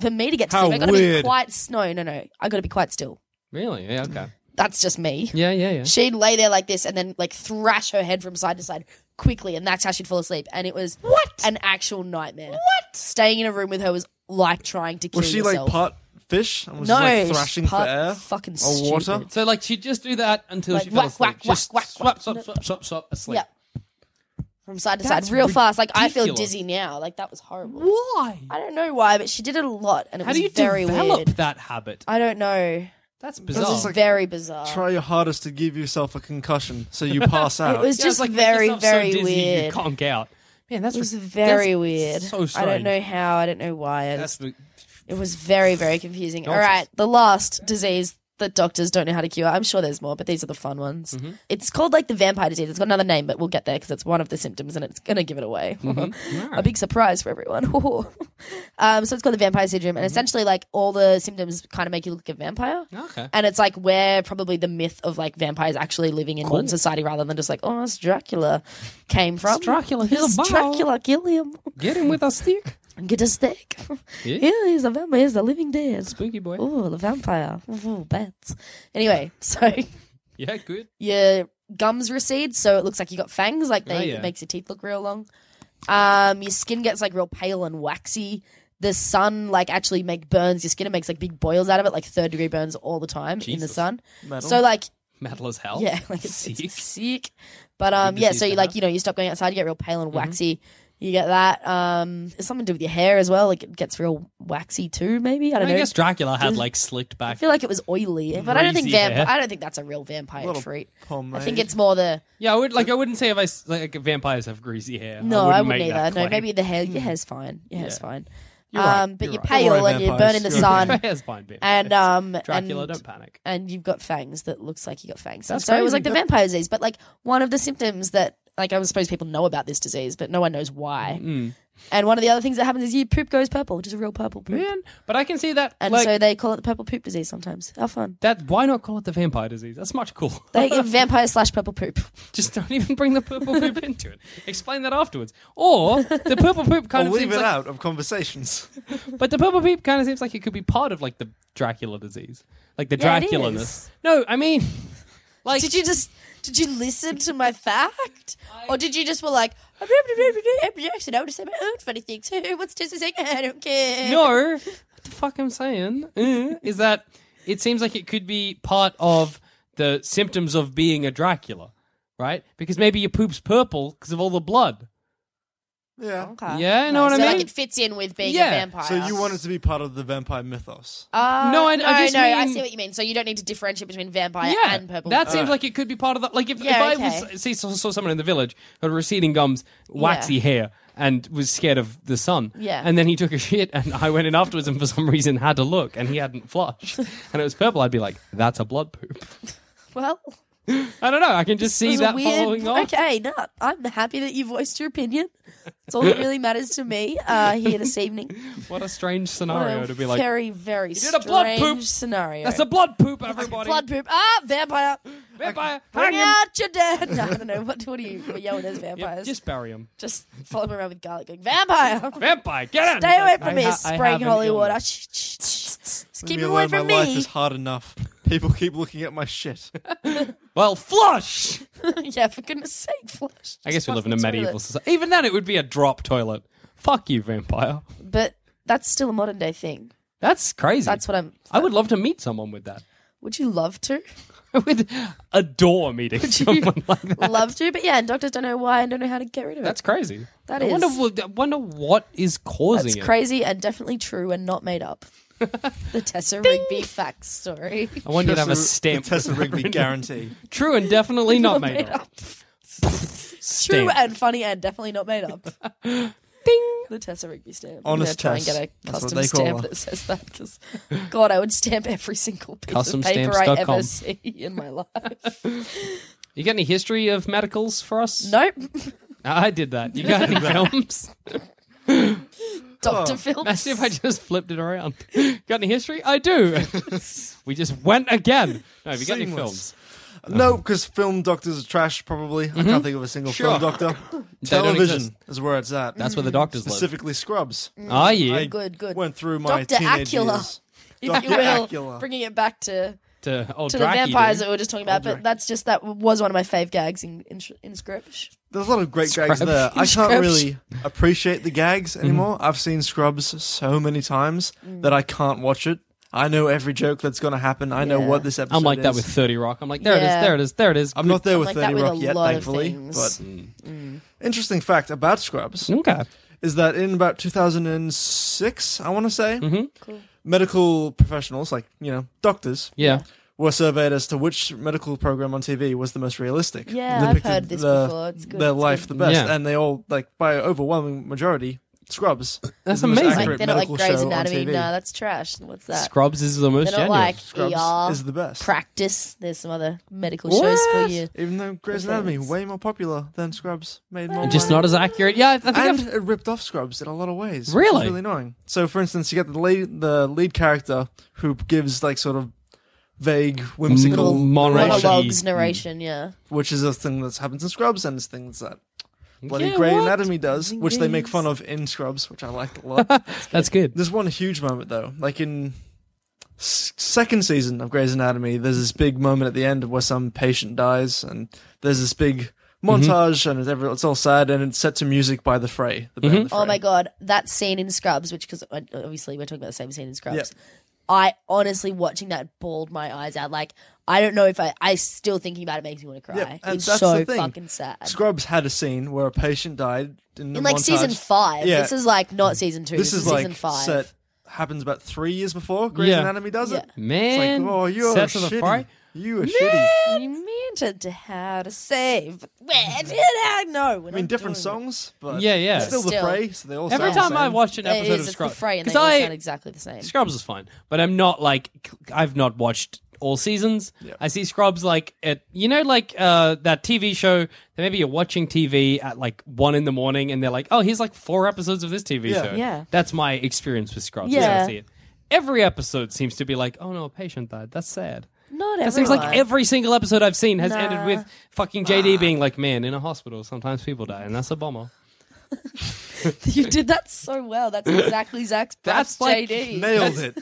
Speaker 2: For me to get to
Speaker 3: How
Speaker 2: sleep, I gotta be
Speaker 3: weird.
Speaker 2: quite. s- No, no, no. I gotta be quite still.
Speaker 1: really yeah okay
Speaker 2: That's just me.
Speaker 1: yeah yeah yeah.
Speaker 2: She'd lay there like this and then like thrash her head from side to side quickly, and that's how she'd fall asleep. And it was what an actual nightmare. What staying in a room with her was like trying to kill
Speaker 3: Was she
Speaker 2: yourself.
Speaker 3: like pot fish and was
Speaker 2: no,
Speaker 3: just, like
Speaker 2: she's
Speaker 3: thrashing for
Speaker 2: part-
Speaker 3: air
Speaker 2: fucking
Speaker 3: or water?
Speaker 2: stupid.
Speaker 1: So like she'd just do that until
Speaker 2: Like,
Speaker 1: she fell
Speaker 2: whack,
Speaker 1: asleep.
Speaker 2: whack,
Speaker 1: just
Speaker 2: whack,
Speaker 1: swap,
Speaker 2: whack.
Speaker 1: swap, swap, swap, swap, asleep.
Speaker 2: Yeah. From side to
Speaker 1: That's
Speaker 2: side, real fast. Like I feel
Speaker 1: ridiculous.
Speaker 2: dizzy now. Like that was horrible.
Speaker 1: Why?
Speaker 2: I don't know why, but she did it a lot, and it
Speaker 1: How
Speaker 2: was
Speaker 1: do you
Speaker 2: very
Speaker 1: develop
Speaker 2: weird.
Speaker 1: that habit?
Speaker 2: I don't know.
Speaker 1: That's
Speaker 2: It
Speaker 1: bizarre.
Speaker 2: was
Speaker 3: just like-
Speaker 2: very bizarre.
Speaker 3: Try your hardest to give yourself a concussion so you pass
Speaker 2: it
Speaker 3: out.
Speaker 2: was
Speaker 1: Yeah, it's
Speaker 2: just
Speaker 1: like, make
Speaker 2: very,
Speaker 1: yourself so
Speaker 2: very
Speaker 1: dizzy You
Speaker 2: weird. It
Speaker 1: can't get out. Man, that's
Speaker 2: was
Speaker 1: ri-
Speaker 2: very
Speaker 1: that's
Speaker 2: weird.
Speaker 1: So strange.
Speaker 2: I don't know how. I don't know why. I
Speaker 1: That's
Speaker 2: just,
Speaker 1: the-
Speaker 2: it was very, very confusing. All
Speaker 1: Nonsense.
Speaker 2: right, the last disease that doctors don't know how to cure. I'm sure there's more, but these are the fun ones.
Speaker 1: Mm-hmm.
Speaker 2: It's called like the vampire disease. It's got another name, but we'll get there because it's one of the symptoms, and it's gonna give it away.
Speaker 1: Mm-hmm.
Speaker 2: A big surprise for everyone. um, so it's called the vampire syndrome, and
Speaker 1: Mm-hmm.
Speaker 2: essentially, like all the symptoms kind of make you look like a vampire.
Speaker 1: okay.
Speaker 2: And it's like where probably the myth of like vampires actually living in modern society rather than just like, oh, it's Dracula came from.
Speaker 1: Dracula, he's a
Speaker 2: It's
Speaker 1: vampire.
Speaker 2: Dracula, kill him.
Speaker 1: Get him with a stick,
Speaker 2: Get a stick.
Speaker 1: Yeah.
Speaker 2: Yeah, he's a vampire. He's a living dead.
Speaker 1: spooky boy.
Speaker 2: Oh, the vampire. Ooh, bats. Anyway, so
Speaker 1: Yeah, good.
Speaker 2: your gums recede, so it looks like you got fangs. Like they
Speaker 1: Oh, yeah.
Speaker 2: it makes your teeth look real long. Um, your skin gets like real pale and waxy. The sun like actually make burns your skin. It makes like big boils out of it, like third degree burns all the time in the
Speaker 1: Jesus.
Speaker 2: sun. So like
Speaker 1: Metal as hell.
Speaker 2: yeah, like it's sick.
Speaker 1: Sick.
Speaker 2: It's sick. But um,
Speaker 1: Good
Speaker 2: yeah,
Speaker 1: disease
Speaker 2: so
Speaker 1: to
Speaker 2: you like
Speaker 1: have.
Speaker 2: you know you stop going outside, you get real pale
Speaker 1: Mm-hmm.
Speaker 2: and waxy. You get that. Um, it's something to do with your hair as well. Like it gets real waxy too. Maybe I
Speaker 1: I
Speaker 2: don't know.
Speaker 1: guess Dracula had like slicked back.
Speaker 2: I feel like it was oily, but I don't think
Speaker 1: Greasy hair.
Speaker 2: vamp- I don't think that's a real vampire
Speaker 3: Little
Speaker 2: trait. I
Speaker 3: pomade.
Speaker 2: think it's more the
Speaker 1: Yeah, I would like. I wouldn't say if I s- like vampires have greasy hair.
Speaker 2: no. I wouldn't,
Speaker 1: make that
Speaker 2: either. No,
Speaker 1: claim. Hmm.
Speaker 2: maybe the hair. Your hair's fine. Your hair's fine.
Speaker 1: right,
Speaker 2: Um, but
Speaker 1: you're
Speaker 2: you're
Speaker 1: right.
Speaker 3: Don't
Speaker 2: pale
Speaker 3: worry,
Speaker 2: and you burn
Speaker 3: vampires.
Speaker 2: in the
Speaker 3: You're
Speaker 2: sun,
Speaker 1: Vampires fine beer.
Speaker 2: and um,
Speaker 1: Dracula,
Speaker 2: and
Speaker 1: don't panic.
Speaker 2: and you've got fangs that looks like you got fangs. And
Speaker 1: That's
Speaker 2: so it was
Speaker 1: crazy.
Speaker 2: like the
Speaker 1: That-
Speaker 2: vampire disease, but like one of the symptoms that like I suppose people know about this disease, but no one knows why. And one of the other things that happens is your poop goes purple, just a real purple poop.
Speaker 1: Man, but I can see that.
Speaker 2: And
Speaker 1: like,
Speaker 2: so they call it the purple poop disease sometimes. How fun!
Speaker 1: that why not call it the vampire disease? That's much cooler.
Speaker 2: They vampire slash purple poop.
Speaker 1: Just don't even bring the purple poop into it. Explain that afterwards. Or the purple poop kind
Speaker 3: Or
Speaker 1: of
Speaker 3: leave
Speaker 1: seems
Speaker 3: it
Speaker 1: like,
Speaker 3: out of conversations.
Speaker 1: but the purple poop kind of seems like it could be part of like the Dracula disease, like the
Speaker 2: Yeah, it
Speaker 1: Draculaness.
Speaker 2: is.
Speaker 1: No, I mean, like
Speaker 2: Did you just did you listen to my fact, or did you just were like, "I'm rejection. I want to say my own funny thing too. What's just saying? I don't care.
Speaker 1: no, what the fuck I'm saying uh, is that it seems like it could be part of the symptoms of being a Dracula, right? Because maybe your poop's purple because of all the blood.
Speaker 3: Yeah.
Speaker 2: Okay.
Speaker 1: Yeah, know what I
Speaker 2: so
Speaker 1: mean?
Speaker 2: like it fits in with being
Speaker 1: Yeah.
Speaker 2: a vampire.
Speaker 3: So you wanted to be part of the vampire mythos.
Speaker 2: Uh,
Speaker 1: No, I- I
Speaker 2: no,
Speaker 1: just
Speaker 2: no, I
Speaker 1: mean-
Speaker 2: see what you mean. So you don't need to differentiate between vampire
Speaker 1: yeah,
Speaker 2: and purple.
Speaker 1: That seems like it could be part of that. Like if,
Speaker 2: Yeah,
Speaker 1: if I
Speaker 2: okay.
Speaker 1: was, see saw, saw someone in the village who had receding gums, waxy hair, and was scared of the sun.
Speaker 2: Yeah.
Speaker 1: And then he took a shit, and I went in afterwards, and for some reason had to look, and he hadn't flushed, and it was purple. I'd be like, "That's a blood poop."
Speaker 2: well,
Speaker 1: I don't know. I can just
Speaker 2: it
Speaker 1: see
Speaker 2: was a
Speaker 1: that
Speaker 2: weird-
Speaker 1: following on.
Speaker 2: Okay, no, I'm happy that you voiced your opinion. It's all that really matters to me uh, here this evening.
Speaker 1: What a strange
Speaker 2: What
Speaker 1: scenario
Speaker 2: a
Speaker 1: to be like.
Speaker 2: very, very
Speaker 1: did
Speaker 2: strange
Speaker 1: a blood poop.
Speaker 2: scenario.
Speaker 1: That's a blood poop, everybody.
Speaker 2: blood poop. Ah, vampire.
Speaker 1: Vampire, hang
Speaker 2: Bring
Speaker 1: him.
Speaker 2: out your dead. No, I don't know. What, what are you yelling at those
Speaker 1: Yep,
Speaker 2: vampires?
Speaker 1: just bury him.
Speaker 2: just follow him around with garlic. Going, vampire.
Speaker 1: Vampire, get out.
Speaker 2: Stay away from me,
Speaker 1: I ha- I have
Speaker 2: spraying
Speaker 1: an
Speaker 2: holy water.
Speaker 1: illness.
Speaker 2: Shh, shh, shh. Just
Speaker 3: Leave
Speaker 2: Keep
Speaker 3: me
Speaker 2: him away
Speaker 3: alone, my
Speaker 2: from
Speaker 3: life
Speaker 2: me.
Speaker 3: is hard enough. People keep looking at my shit.
Speaker 1: Well, flush.
Speaker 2: yeah, for goodness sake, flush.
Speaker 1: I guess
Speaker 2: Just
Speaker 1: we
Speaker 2: flush
Speaker 1: live in a
Speaker 2: the
Speaker 1: medieval
Speaker 2: toilet.
Speaker 1: society. Even then, it would be a drop toilet. Fuck you, vampire.
Speaker 2: But that's still a modern day thing.
Speaker 1: That's crazy.
Speaker 2: That's what I'm.
Speaker 1: I would love to meet someone with that.
Speaker 2: Would you love to?
Speaker 1: I would adore meeting someone like that.
Speaker 2: love to, but yeah, and doctors don't know why and don't know how to get rid of it.
Speaker 1: That's crazy.
Speaker 2: That
Speaker 1: I
Speaker 2: is.
Speaker 1: Wonder, what- I wonder what is causing
Speaker 2: That's
Speaker 1: it.
Speaker 2: crazy and definitely true and not made up. the Tessa Rigby facts story.
Speaker 1: I want you to have a
Speaker 3: Tessa-
Speaker 1: stamp.
Speaker 3: Tessa Rigby guarantee.
Speaker 1: True and definitely not made up.
Speaker 2: True
Speaker 1: stamp.
Speaker 2: and funny and definitely not made up. Ding. The Tessa Rigby stamp.
Speaker 3: Honest
Speaker 2: I'm gonna
Speaker 3: Tess.
Speaker 2: try and get a
Speaker 3: That's what
Speaker 2: custom
Speaker 3: they call
Speaker 2: stamp
Speaker 3: her.
Speaker 2: that says that because, God, I would stamp every single piece
Speaker 1: Custom
Speaker 2: of paper I
Speaker 1: stamps.com.
Speaker 2: ever see in my life.
Speaker 1: You got any history of medicals for us?
Speaker 2: Nope.
Speaker 1: Oh, I did that. You got any films?
Speaker 2: Doctor Phil.
Speaker 1: As if I just flipped it around. Got any history? I do. we just went again. No, have you got any
Speaker 3: Seamless.
Speaker 1: films?
Speaker 3: No, because film doctors are trash. Probably, I can't think of a single
Speaker 1: Sure.
Speaker 3: film doctor.
Speaker 1: Mm-hmm. don't
Speaker 3: Television
Speaker 1: exist.
Speaker 3: is where it's at.
Speaker 1: That's where the doctors Mm. Oh, live.
Speaker 3: specifically Scrubs.
Speaker 1: Are you?
Speaker 3: I
Speaker 2: Good, good.
Speaker 3: Went through my
Speaker 2: Dr.
Speaker 3: teenage
Speaker 2: Acula.
Speaker 3: years.
Speaker 2: if you
Speaker 3: Dr.
Speaker 2: will,
Speaker 3: Acula.
Speaker 2: bringing it back to
Speaker 1: to old
Speaker 2: to the
Speaker 1: Draki,
Speaker 2: vampires
Speaker 1: dude.
Speaker 2: that we were just talking about, but that's just that was one of my fave gags in in, in Scripps.
Speaker 3: There's a lot of great
Speaker 1: Scrubs. Mm-hmm.
Speaker 3: gags there. I
Speaker 2: Scrubs.
Speaker 3: can't really appreciate the gags anymore. I've seen Scrubs so many times that
Speaker 1: Mm.
Speaker 3: I can't watch it. I know every joke that's going to happen. I know
Speaker 2: Yeah.
Speaker 3: what this episode
Speaker 1: I'm like that
Speaker 3: is.
Speaker 1: with 30 Rock. I'm like, there it
Speaker 2: Yeah.
Speaker 1: is, there it is, there it is.
Speaker 3: I'm not there with
Speaker 2: like
Speaker 3: 30
Speaker 2: that with
Speaker 3: Rock
Speaker 2: a
Speaker 3: yet,
Speaker 2: lot of
Speaker 3: thankfully.
Speaker 2: things. Mm. Mm-hmm.
Speaker 3: But interesting fact about Scrubs
Speaker 1: Okay.
Speaker 3: is that in about 2006, I want to say,
Speaker 2: Mm-hmm.
Speaker 3: medical professionals, like, you know, doctors,
Speaker 1: Yeah.
Speaker 3: were surveyed as to which medical program on TV was the most realistic.
Speaker 2: Yeah, I've heard this before. It's good,
Speaker 3: Their
Speaker 2: it's
Speaker 3: life
Speaker 2: good.
Speaker 3: the best,
Speaker 1: Yeah.
Speaker 3: and they all like by overwhelming majority. Scrubs.
Speaker 1: That's
Speaker 3: is the most
Speaker 1: amazing.
Speaker 3: accurate
Speaker 2: Like they're not like
Speaker 3: medical
Speaker 2: Grey's
Speaker 3: show on
Speaker 2: Anatomy.
Speaker 3: TV.
Speaker 2: No, that's trash. What's that?
Speaker 1: Scrubs is the most
Speaker 2: They're not
Speaker 1: genuine.
Speaker 2: like
Speaker 3: Scrubs
Speaker 2: ER.
Speaker 3: is the best.
Speaker 2: Practice. There's some other medical shows for you.
Speaker 3: Even though Grey's
Speaker 2: Because
Speaker 3: Anatomy
Speaker 2: it's-
Speaker 3: way more popular than Scrubs, made more
Speaker 1: And just
Speaker 3: money.
Speaker 1: not as accurate. Yeah, I think
Speaker 3: and
Speaker 1: I've...
Speaker 3: it ripped off Scrubs in a lot of ways.
Speaker 1: Really?
Speaker 3: which is really annoying. So, for instance, you get the lead, the lead character who gives like sort of vague, whimsical
Speaker 1: Mm, monologue.
Speaker 3: narration,
Speaker 2: Monologues,
Speaker 1: Mm.
Speaker 2: narration. Yeah.
Speaker 3: which is a thing that happens in Scrubs, and it's things that bloody
Speaker 1: Yeah,
Speaker 3: Grey
Speaker 1: what?
Speaker 3: Anatomy does, which they make fun of in Scrubs, which I liked a lot.
Speaker 1: That's good.
Speaker 3: There's one huge moment though, like in s- second season of Grey's Anatomy. There's this big moment at the end where some patient dies, and there's this big
Speaker 1: Mm-hmm.
Speaker 3: montage, and it's, every, it's all sad, and it's set to music by the Fray. The band
Speaker 1: Mm-hmm.
Speaker 3: The
Speaker 2: Oh
Speaker 3: Fray.
Speaker 2: my god, that scene in Scrubs, which because obviously we're talking about the same scene in Scrubs. I honestly watching that bawled my eyes out. Like I don't know if I. I still thinking about it makes me want to cry.
Speaker 3: Yeah, and
Speaker 2: it's
Speaker 3: that's
Speaker 2: so
Speaker 3: the thing.
Speaker 2: fucking sad.
Speaker 3: Scrubs had a scene where a patient died in, the
Speaker 2: in like
Speaker 3: montage.
Speaker 2: season five.
Speaker 3: Yeah. Mm.
Speaker 2: This is like not season two.
Speaker 3: This, is, like
Speaker 2: season five.
Speaker 3: set happens about three years before Grey's
Speaker 1: Yeah.
Speaker 3: Anatomy does it. It's
Speaker 1: Man.
Speaker 3: like, oh, you're
Speaker 1: Sets of the
Speaker 3: shitty.
Speaker 1: Fry.
Speaker 3: You are shitty.
Speaker 2: You mean to, to how to save? Where did I know?
Speaker 3: Mm. I mean, different songs, but
Speaker 1: Yeah, yeah.
Speaker 3: it's still, the
Speaker 2: Still.
Speaker 3: Fray, so they all
Speaker 1: Every
Speaker 3: sound the
Speaker 1: time I
Speaker 3: same.
Speaker 1: watch an episode
Speaker 2: It is.
Speaker 1: of
Speaker 2: It's the
Speaker 1: Scrubs,
Speaker 2: fray, and they
Speaker 1: because
Speaker 2: all
Speaker 1: I
Speaker 2: sound exactly the same.
Speaker 1: Scrubs is fine, but I'm not like I've not watched all seasons. I see Scrubs like at you know like uh that TV show that maybe you're watching TV at like one in the morning and they're like, oh, here's like four episodes of this TV
Speaker 3: Yeah.
Speaker 1: show.
Speaker 2: Yeah.
Speaker 1: that's my experience with Scrubs.
Speaker 2: Yeah.
Speaker 1: Yeah, I see it. Every episode seems to be like, oh no, a patient died. That's sad.
Speaker 2: Not
Speaker 1: That seems like every single episode I've seen has ended
Speaker 2: Nah.
Speaker 1: with fucking JD being like, man, in a hospital sometimes people die, and that's a bummer.
Speaker 2: you did that so well. That's
Speaker 3: Mm.
Speaker 2: exactly Zach's.
Speaker 1: That's
Speaker 2: That's
Speaker 1: like
Speaker 2: JD.
Speaker 3: Nailed it.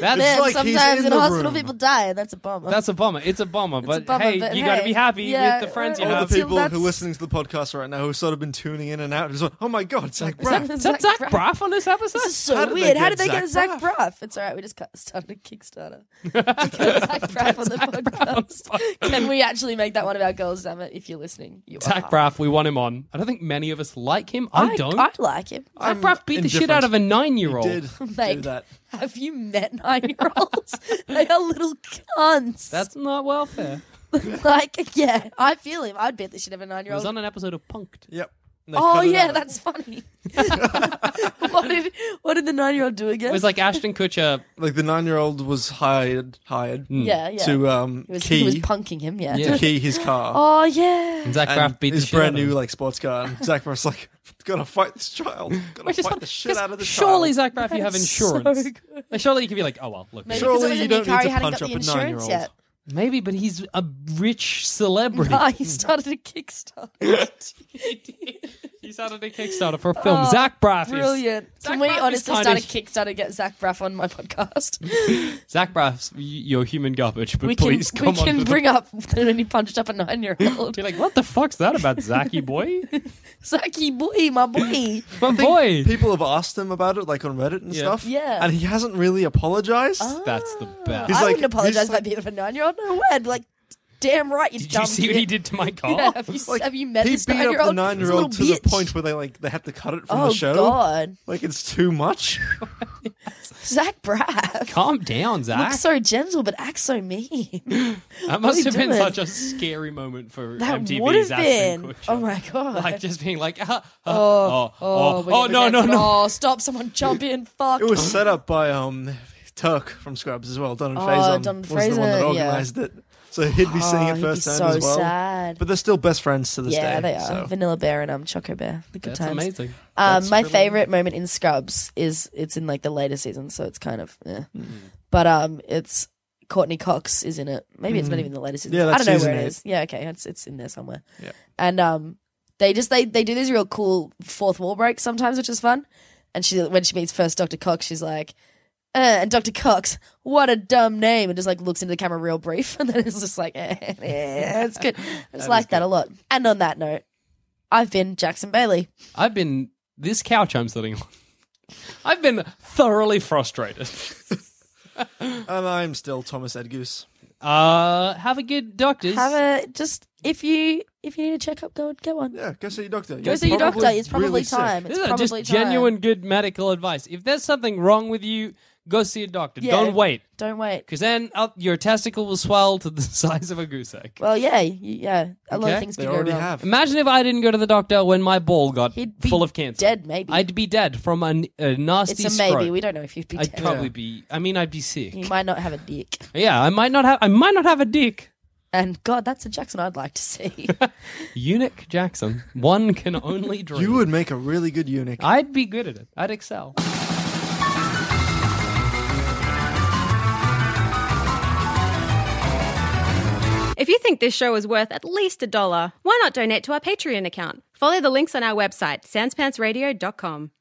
Speaker 1: That's
Speaker 2: Man,
Speaker 3: like he's
Speaker 2: sometimes
Speaker 3: in
Speaker 2: in,
Speaker 3: the
Speaker 2: hospital
Speaker 3: room.
Speaker 2: people die, and that's a bummer.
Speaker 1: That's a bummer. It's a bummer, but
Speaker 2: a bummer,
Speaker 1: hey,
Speaker 2: but
Speaker 1: you got to
Speaker 2: hey.
Speaker 1: be happy
Speaker 2: Yeah,
Speaker 1: with the friends you
Speaker 2: uh,
Speaker 3: all
Speaker 1: have.
Speaker 3: the people who
Speaker 2: that's-
Speaker 3: are listening to the podcast right now who've sort of been tuning in and out, just like, oh my god, Zach
Speaker 2: Zach-
Speaker 3: Braff.
Speaker 1: Is that Zach Braff on this episode?
Speaker 2: This is so
Speaker 3: How did they
Speaker 2: weird. How did
Speaker 3: get
Speaker 2: they get
Speaker 3: Zach
Speaker 2: Zach Braff? It's all right. We just cut, started a Kickstarter. Get Zach Braff on the podcast. Can we actually make that one of our goals, Zamet? If you're listening, you
Speaker 1: Zach
Speaker 2: are.
Speaker 1: Braff, we want him on. I don't think many of us like him. I,
Speaker 2: I
Speaker 1: don't.
Speaker 2: I like him.
Speaker 1: Zach Braff beat the shit
Speaker 3: indifferent.
Speaker 1: out of a nine-year-old.
Speaker 3: Did do
Speaker 2: Like,
Speaker 3: that.
Speaker 2: Have you met nine year olds? they are little cunts.
Speaker 1: That's not welfare.
Speaker 2: like, yeah, I feel him. I'd bet that should have a nine
Speaker 1: He
Speaker 2: year
Speaker 1: was
Speaker 2: old.
Speaker 1: on an episode of Punked.
Speaker 3: Yep. And they
Speaker 2: Oh
Speaker 3: cut it
Speaker 2: yeah,
Speaker 3: out.
Speaker 2: that's funny. what did what did the nine year old do again?
Speaker 1: It was like Ashton Kutcher.
Speaker 3: like the nine-year-old was hired hired
Speaker 1: Mm.
Speaker 2: yeah, yeah.
Speaker 3: to um
Speaker 2: he, was,
Speaker 3: key
Speaker 2: he was punking him. Yeah.
Speaker 1: Yeah.
Speaker 3: to key his car.
Speaker 2: Oh yeah.
Speaker 1: Zach
Speaker 3: and
Speaker 1: Braff beat the
Speaker 3: his
Speaker 1: shit
Speaker 3: brand
Speaker 1: out of
Speaker 3: new
Speaker 1: him.
Speaker 3: like sports car. And Zach Braff's like, gotta fight this child. Gotta
Speaker 1: Which is
Speaker 3: fight
Speaker 1: funny,
Speaker 3: the shit
Speaker 1: 'cause
Speaker 3: out of this
Speaker 1: Surely,
Speaker 3: child.
Speaker 1: Zach Braff, you have
Speaker 2: That's
Speaker 1: insurance.
Speaker 2: so good.
Speaker 1: Like, surely you could be like, oh well, look. Maybe,
Speaker 2: Maybe
Speaker 3: Surely
Speaker 2: because it was
Speaker 3: you
Speaker 2: in
Speaker 3: don't
Speaker 2: Yukari,
Speaker 3: need to
Speaker 2: hadn't got
Speaker 3: punch
Speaker 2: the
Speaker 3: up a
Speaker 2: insurance
Speaker 3: nine-year-old.
Speaker 2: yet.
Speaker 1: but he's a rich celebrity.
Speaker 2: Ah, he started a Kickstarter.
Speaker 1: He started a Kickstarter for a film. Zach Braff
Speaker 2: Brilliant.
Speaker 1: Zach
Speaker 2: Can we
Speaker 1: Braff is
Speaker 2: honestly
Speaker 1: kind
Speaker 2: start a
Speaker 1: of-
Speaker 2: Kickstarter to get Zach Braff on my podcast?
Speaker 1: is Zach Braff's y- your human garbage, but
Speaker 2: we can,
Speaker 1: please come
Speaker 2: we
Speaker 1: on.
Speaker 2: can
Speaker 1: to
Speaker 2: bring up when he punched up a nine year old.
Speaker 1: the... Be like, what the fuck's that about, Zachy boy?
Speaker 2: Zachy boy, my boy.
Speaker 1: My boy.
Speaker 3: People have asked him about it, like on Reddit and
Speaker 1: Yeah. Oh,
Speaker 3: stuff.
Speaker 2: Yeah.
Speaker 3: And he hasn't really apologized.
Speaker 1: That's the best.
Speaker 3: He's
Speaker 2: I
Speaker 3: like-
Speaker 2: wouldn't apologize
Speaker 3: he's
Speaker 2: by
Speaker 3: like-
Speaker 2: being a nine year old. No way. I'd be like, damn right, you
Speaker 1: Did
Speaker 2: dumb
Speaker 1: you see
Speaker 2: bitch.
Speaker 1: what he did to my car?
Speaker 2: Yeah, have, you, have you met
Speaker 3: he
Speaker 2: this
Speaker 3: beat
Speaker 2: nine year
Speaker 3: up the
Speaker 2: old?
Speaker 3: nine-year-old to the point where they like they had to cut it from
Speaker 2: oh,
Speaker 3: the show.
Speaker 2: God.
Speaker 3: Like it's too much.
Speaker 2: Zach Braff.
Speaker 1: Calm down, Zach.
Speaker 2: Looks so gentle, but acts so mean.
Speaker 1: that must
Speaker 2: what are
Speaker 1: have been
Speaker 2: you doing?
Speaker 1: such a scary moment for
Speaker 2: That would
Speaker 1: MTV's
Speaker 2: have
Speaker 1: Ashton
Speaker 2: been.
Speaker 1: Kutcher.
Speaker 2: Oh my god.
Speaker 1: Like just being like, ah, ah,
Speaker 2: oh,
Speaker 1: oh, oh, oh, no, no, no.
Speaker 2: Oh, stop! Someone jump in. Fuck.
Speaker 3: It was set up by um Turk from Scrubs as well.
Speaker 2: Oh,
Speaker 3: Donald Faison
Speaker 2: Donald
Speaker 3: was the one that
Speaker 2: Faison, yeah.
Speaker 3: organised it, so he'd be seeing
Speaker 2: Oh, he'd
Speaker 3: it
Speaker 2: be
Speaker 3: first hand
Speaker 2: so
Speaker 3: as well.
Speaker 2: sad.
Speaker 3: But they're still best friends to this
Speaker 2: yeah,
Speaker 3: day.
Speaker 2: they are
Speaker 3: so.
Speaker 2: Vanilla Bear and um Choco Bear. The good
Speaker 1: That's
Speaker 2: times.
Speaker 1: amazing.
Speaker 2: Um,
Speaker 1: That's
Speaker 2: my
Speaker 1: tremendous.
Speaker 2: favorite moment in Scrubs is it's in like the later season, so it's kind of, eh.
Speaker 3: Mm-hmm.
Speaker 2: but um, it's Courtney Cox is in it. Maybe it's not even the later season.
Speaker 3: Mm-hmm. Yeah,
Speaker 2: I
Speaker 3: that's
Speaker 2: don't know
Speaker 3: season
Speaker 2: where it
Speaker 3: eight.
Speaker 2: is. Yeah, okay, it's it's in there somewhere.
Speaker 3: Yeah.
Speaker 2: And um, they just they they do these real cool fourth wall breaks sometimes, which is fun. And she when she meets first Doctor Cox, she's like. Uh, and Dr. Cox, what a dumb name. And just like looks into the camera real brief. And then it's just like, eh, eh, eh, it's good. I just like that a lot. And on that note, I've been Jackson Bailey.
Speaker 1: I've been this couch I'm sitting on. I've been thoroughly frustrated.
Speaker 3: And I'm still Thomas Edgoose.
Speaker 1: Uh, have a good doctor's.
Speaker 2: have a just if you if you need a checkup, go and get one.
Speaker 3: Yeah, go see your doctor.
Speaker 2: Go see your doctor. It's probably time. It's
Speaker 1: Yeah,
Speaker 2: probably
Speaker 1: just
Speaker 2: time.
Speaker 1: genuine good medical advice. If there's something wrong with you, go see a doctor.
Speaker 2: Yeah.
Speaker 1: Don't wait,
Speaker 2: Don't wait.
Speaker 1: because then uh, your testicle will swell to the size of a goose egg.
Speaker 2: Well, yeah, you, yeah. A lot
Speaker 1: Okay.
Speaker 2: of things
Speaker 3: They
Speaker 2: could go
Speaker 3: already
Speaker 2: wrong.
Speaker 3: have.
Speaker 1: Imagine if I didn't go to the doctor when my ball got
Speaker 2: He'd be
Speaker 1: full of cancer.
Speaker 2: dead, maybe.
Speaker 1: I'd be dead from a, n- a nasty
Speaker 2: It's a
Speaker 1: stroke.
Speaker 2: maybe. We don't know if you'd be
Speaker 1: I'd
Speaker 2: dead.
Speaker 1: probably be. I mean, I'd be sick.
Speaker 2: You might not have a dick.
Speaker 1: Yeah, I might not have. I might not have a dick.
Speaker 2: And God, that's a Jackson I'd like to see.
Speaker 1: Eunuch Jackson. One can only dream.
Speaker 3: You would make a really good eunuch.
Speaker 1: I'd be good at it. I'd excel.
Speaker 4: If you think this show is worth at least a dollar, why not donate to our Patreon account? Follow the links on our website, sanspantsradio.com.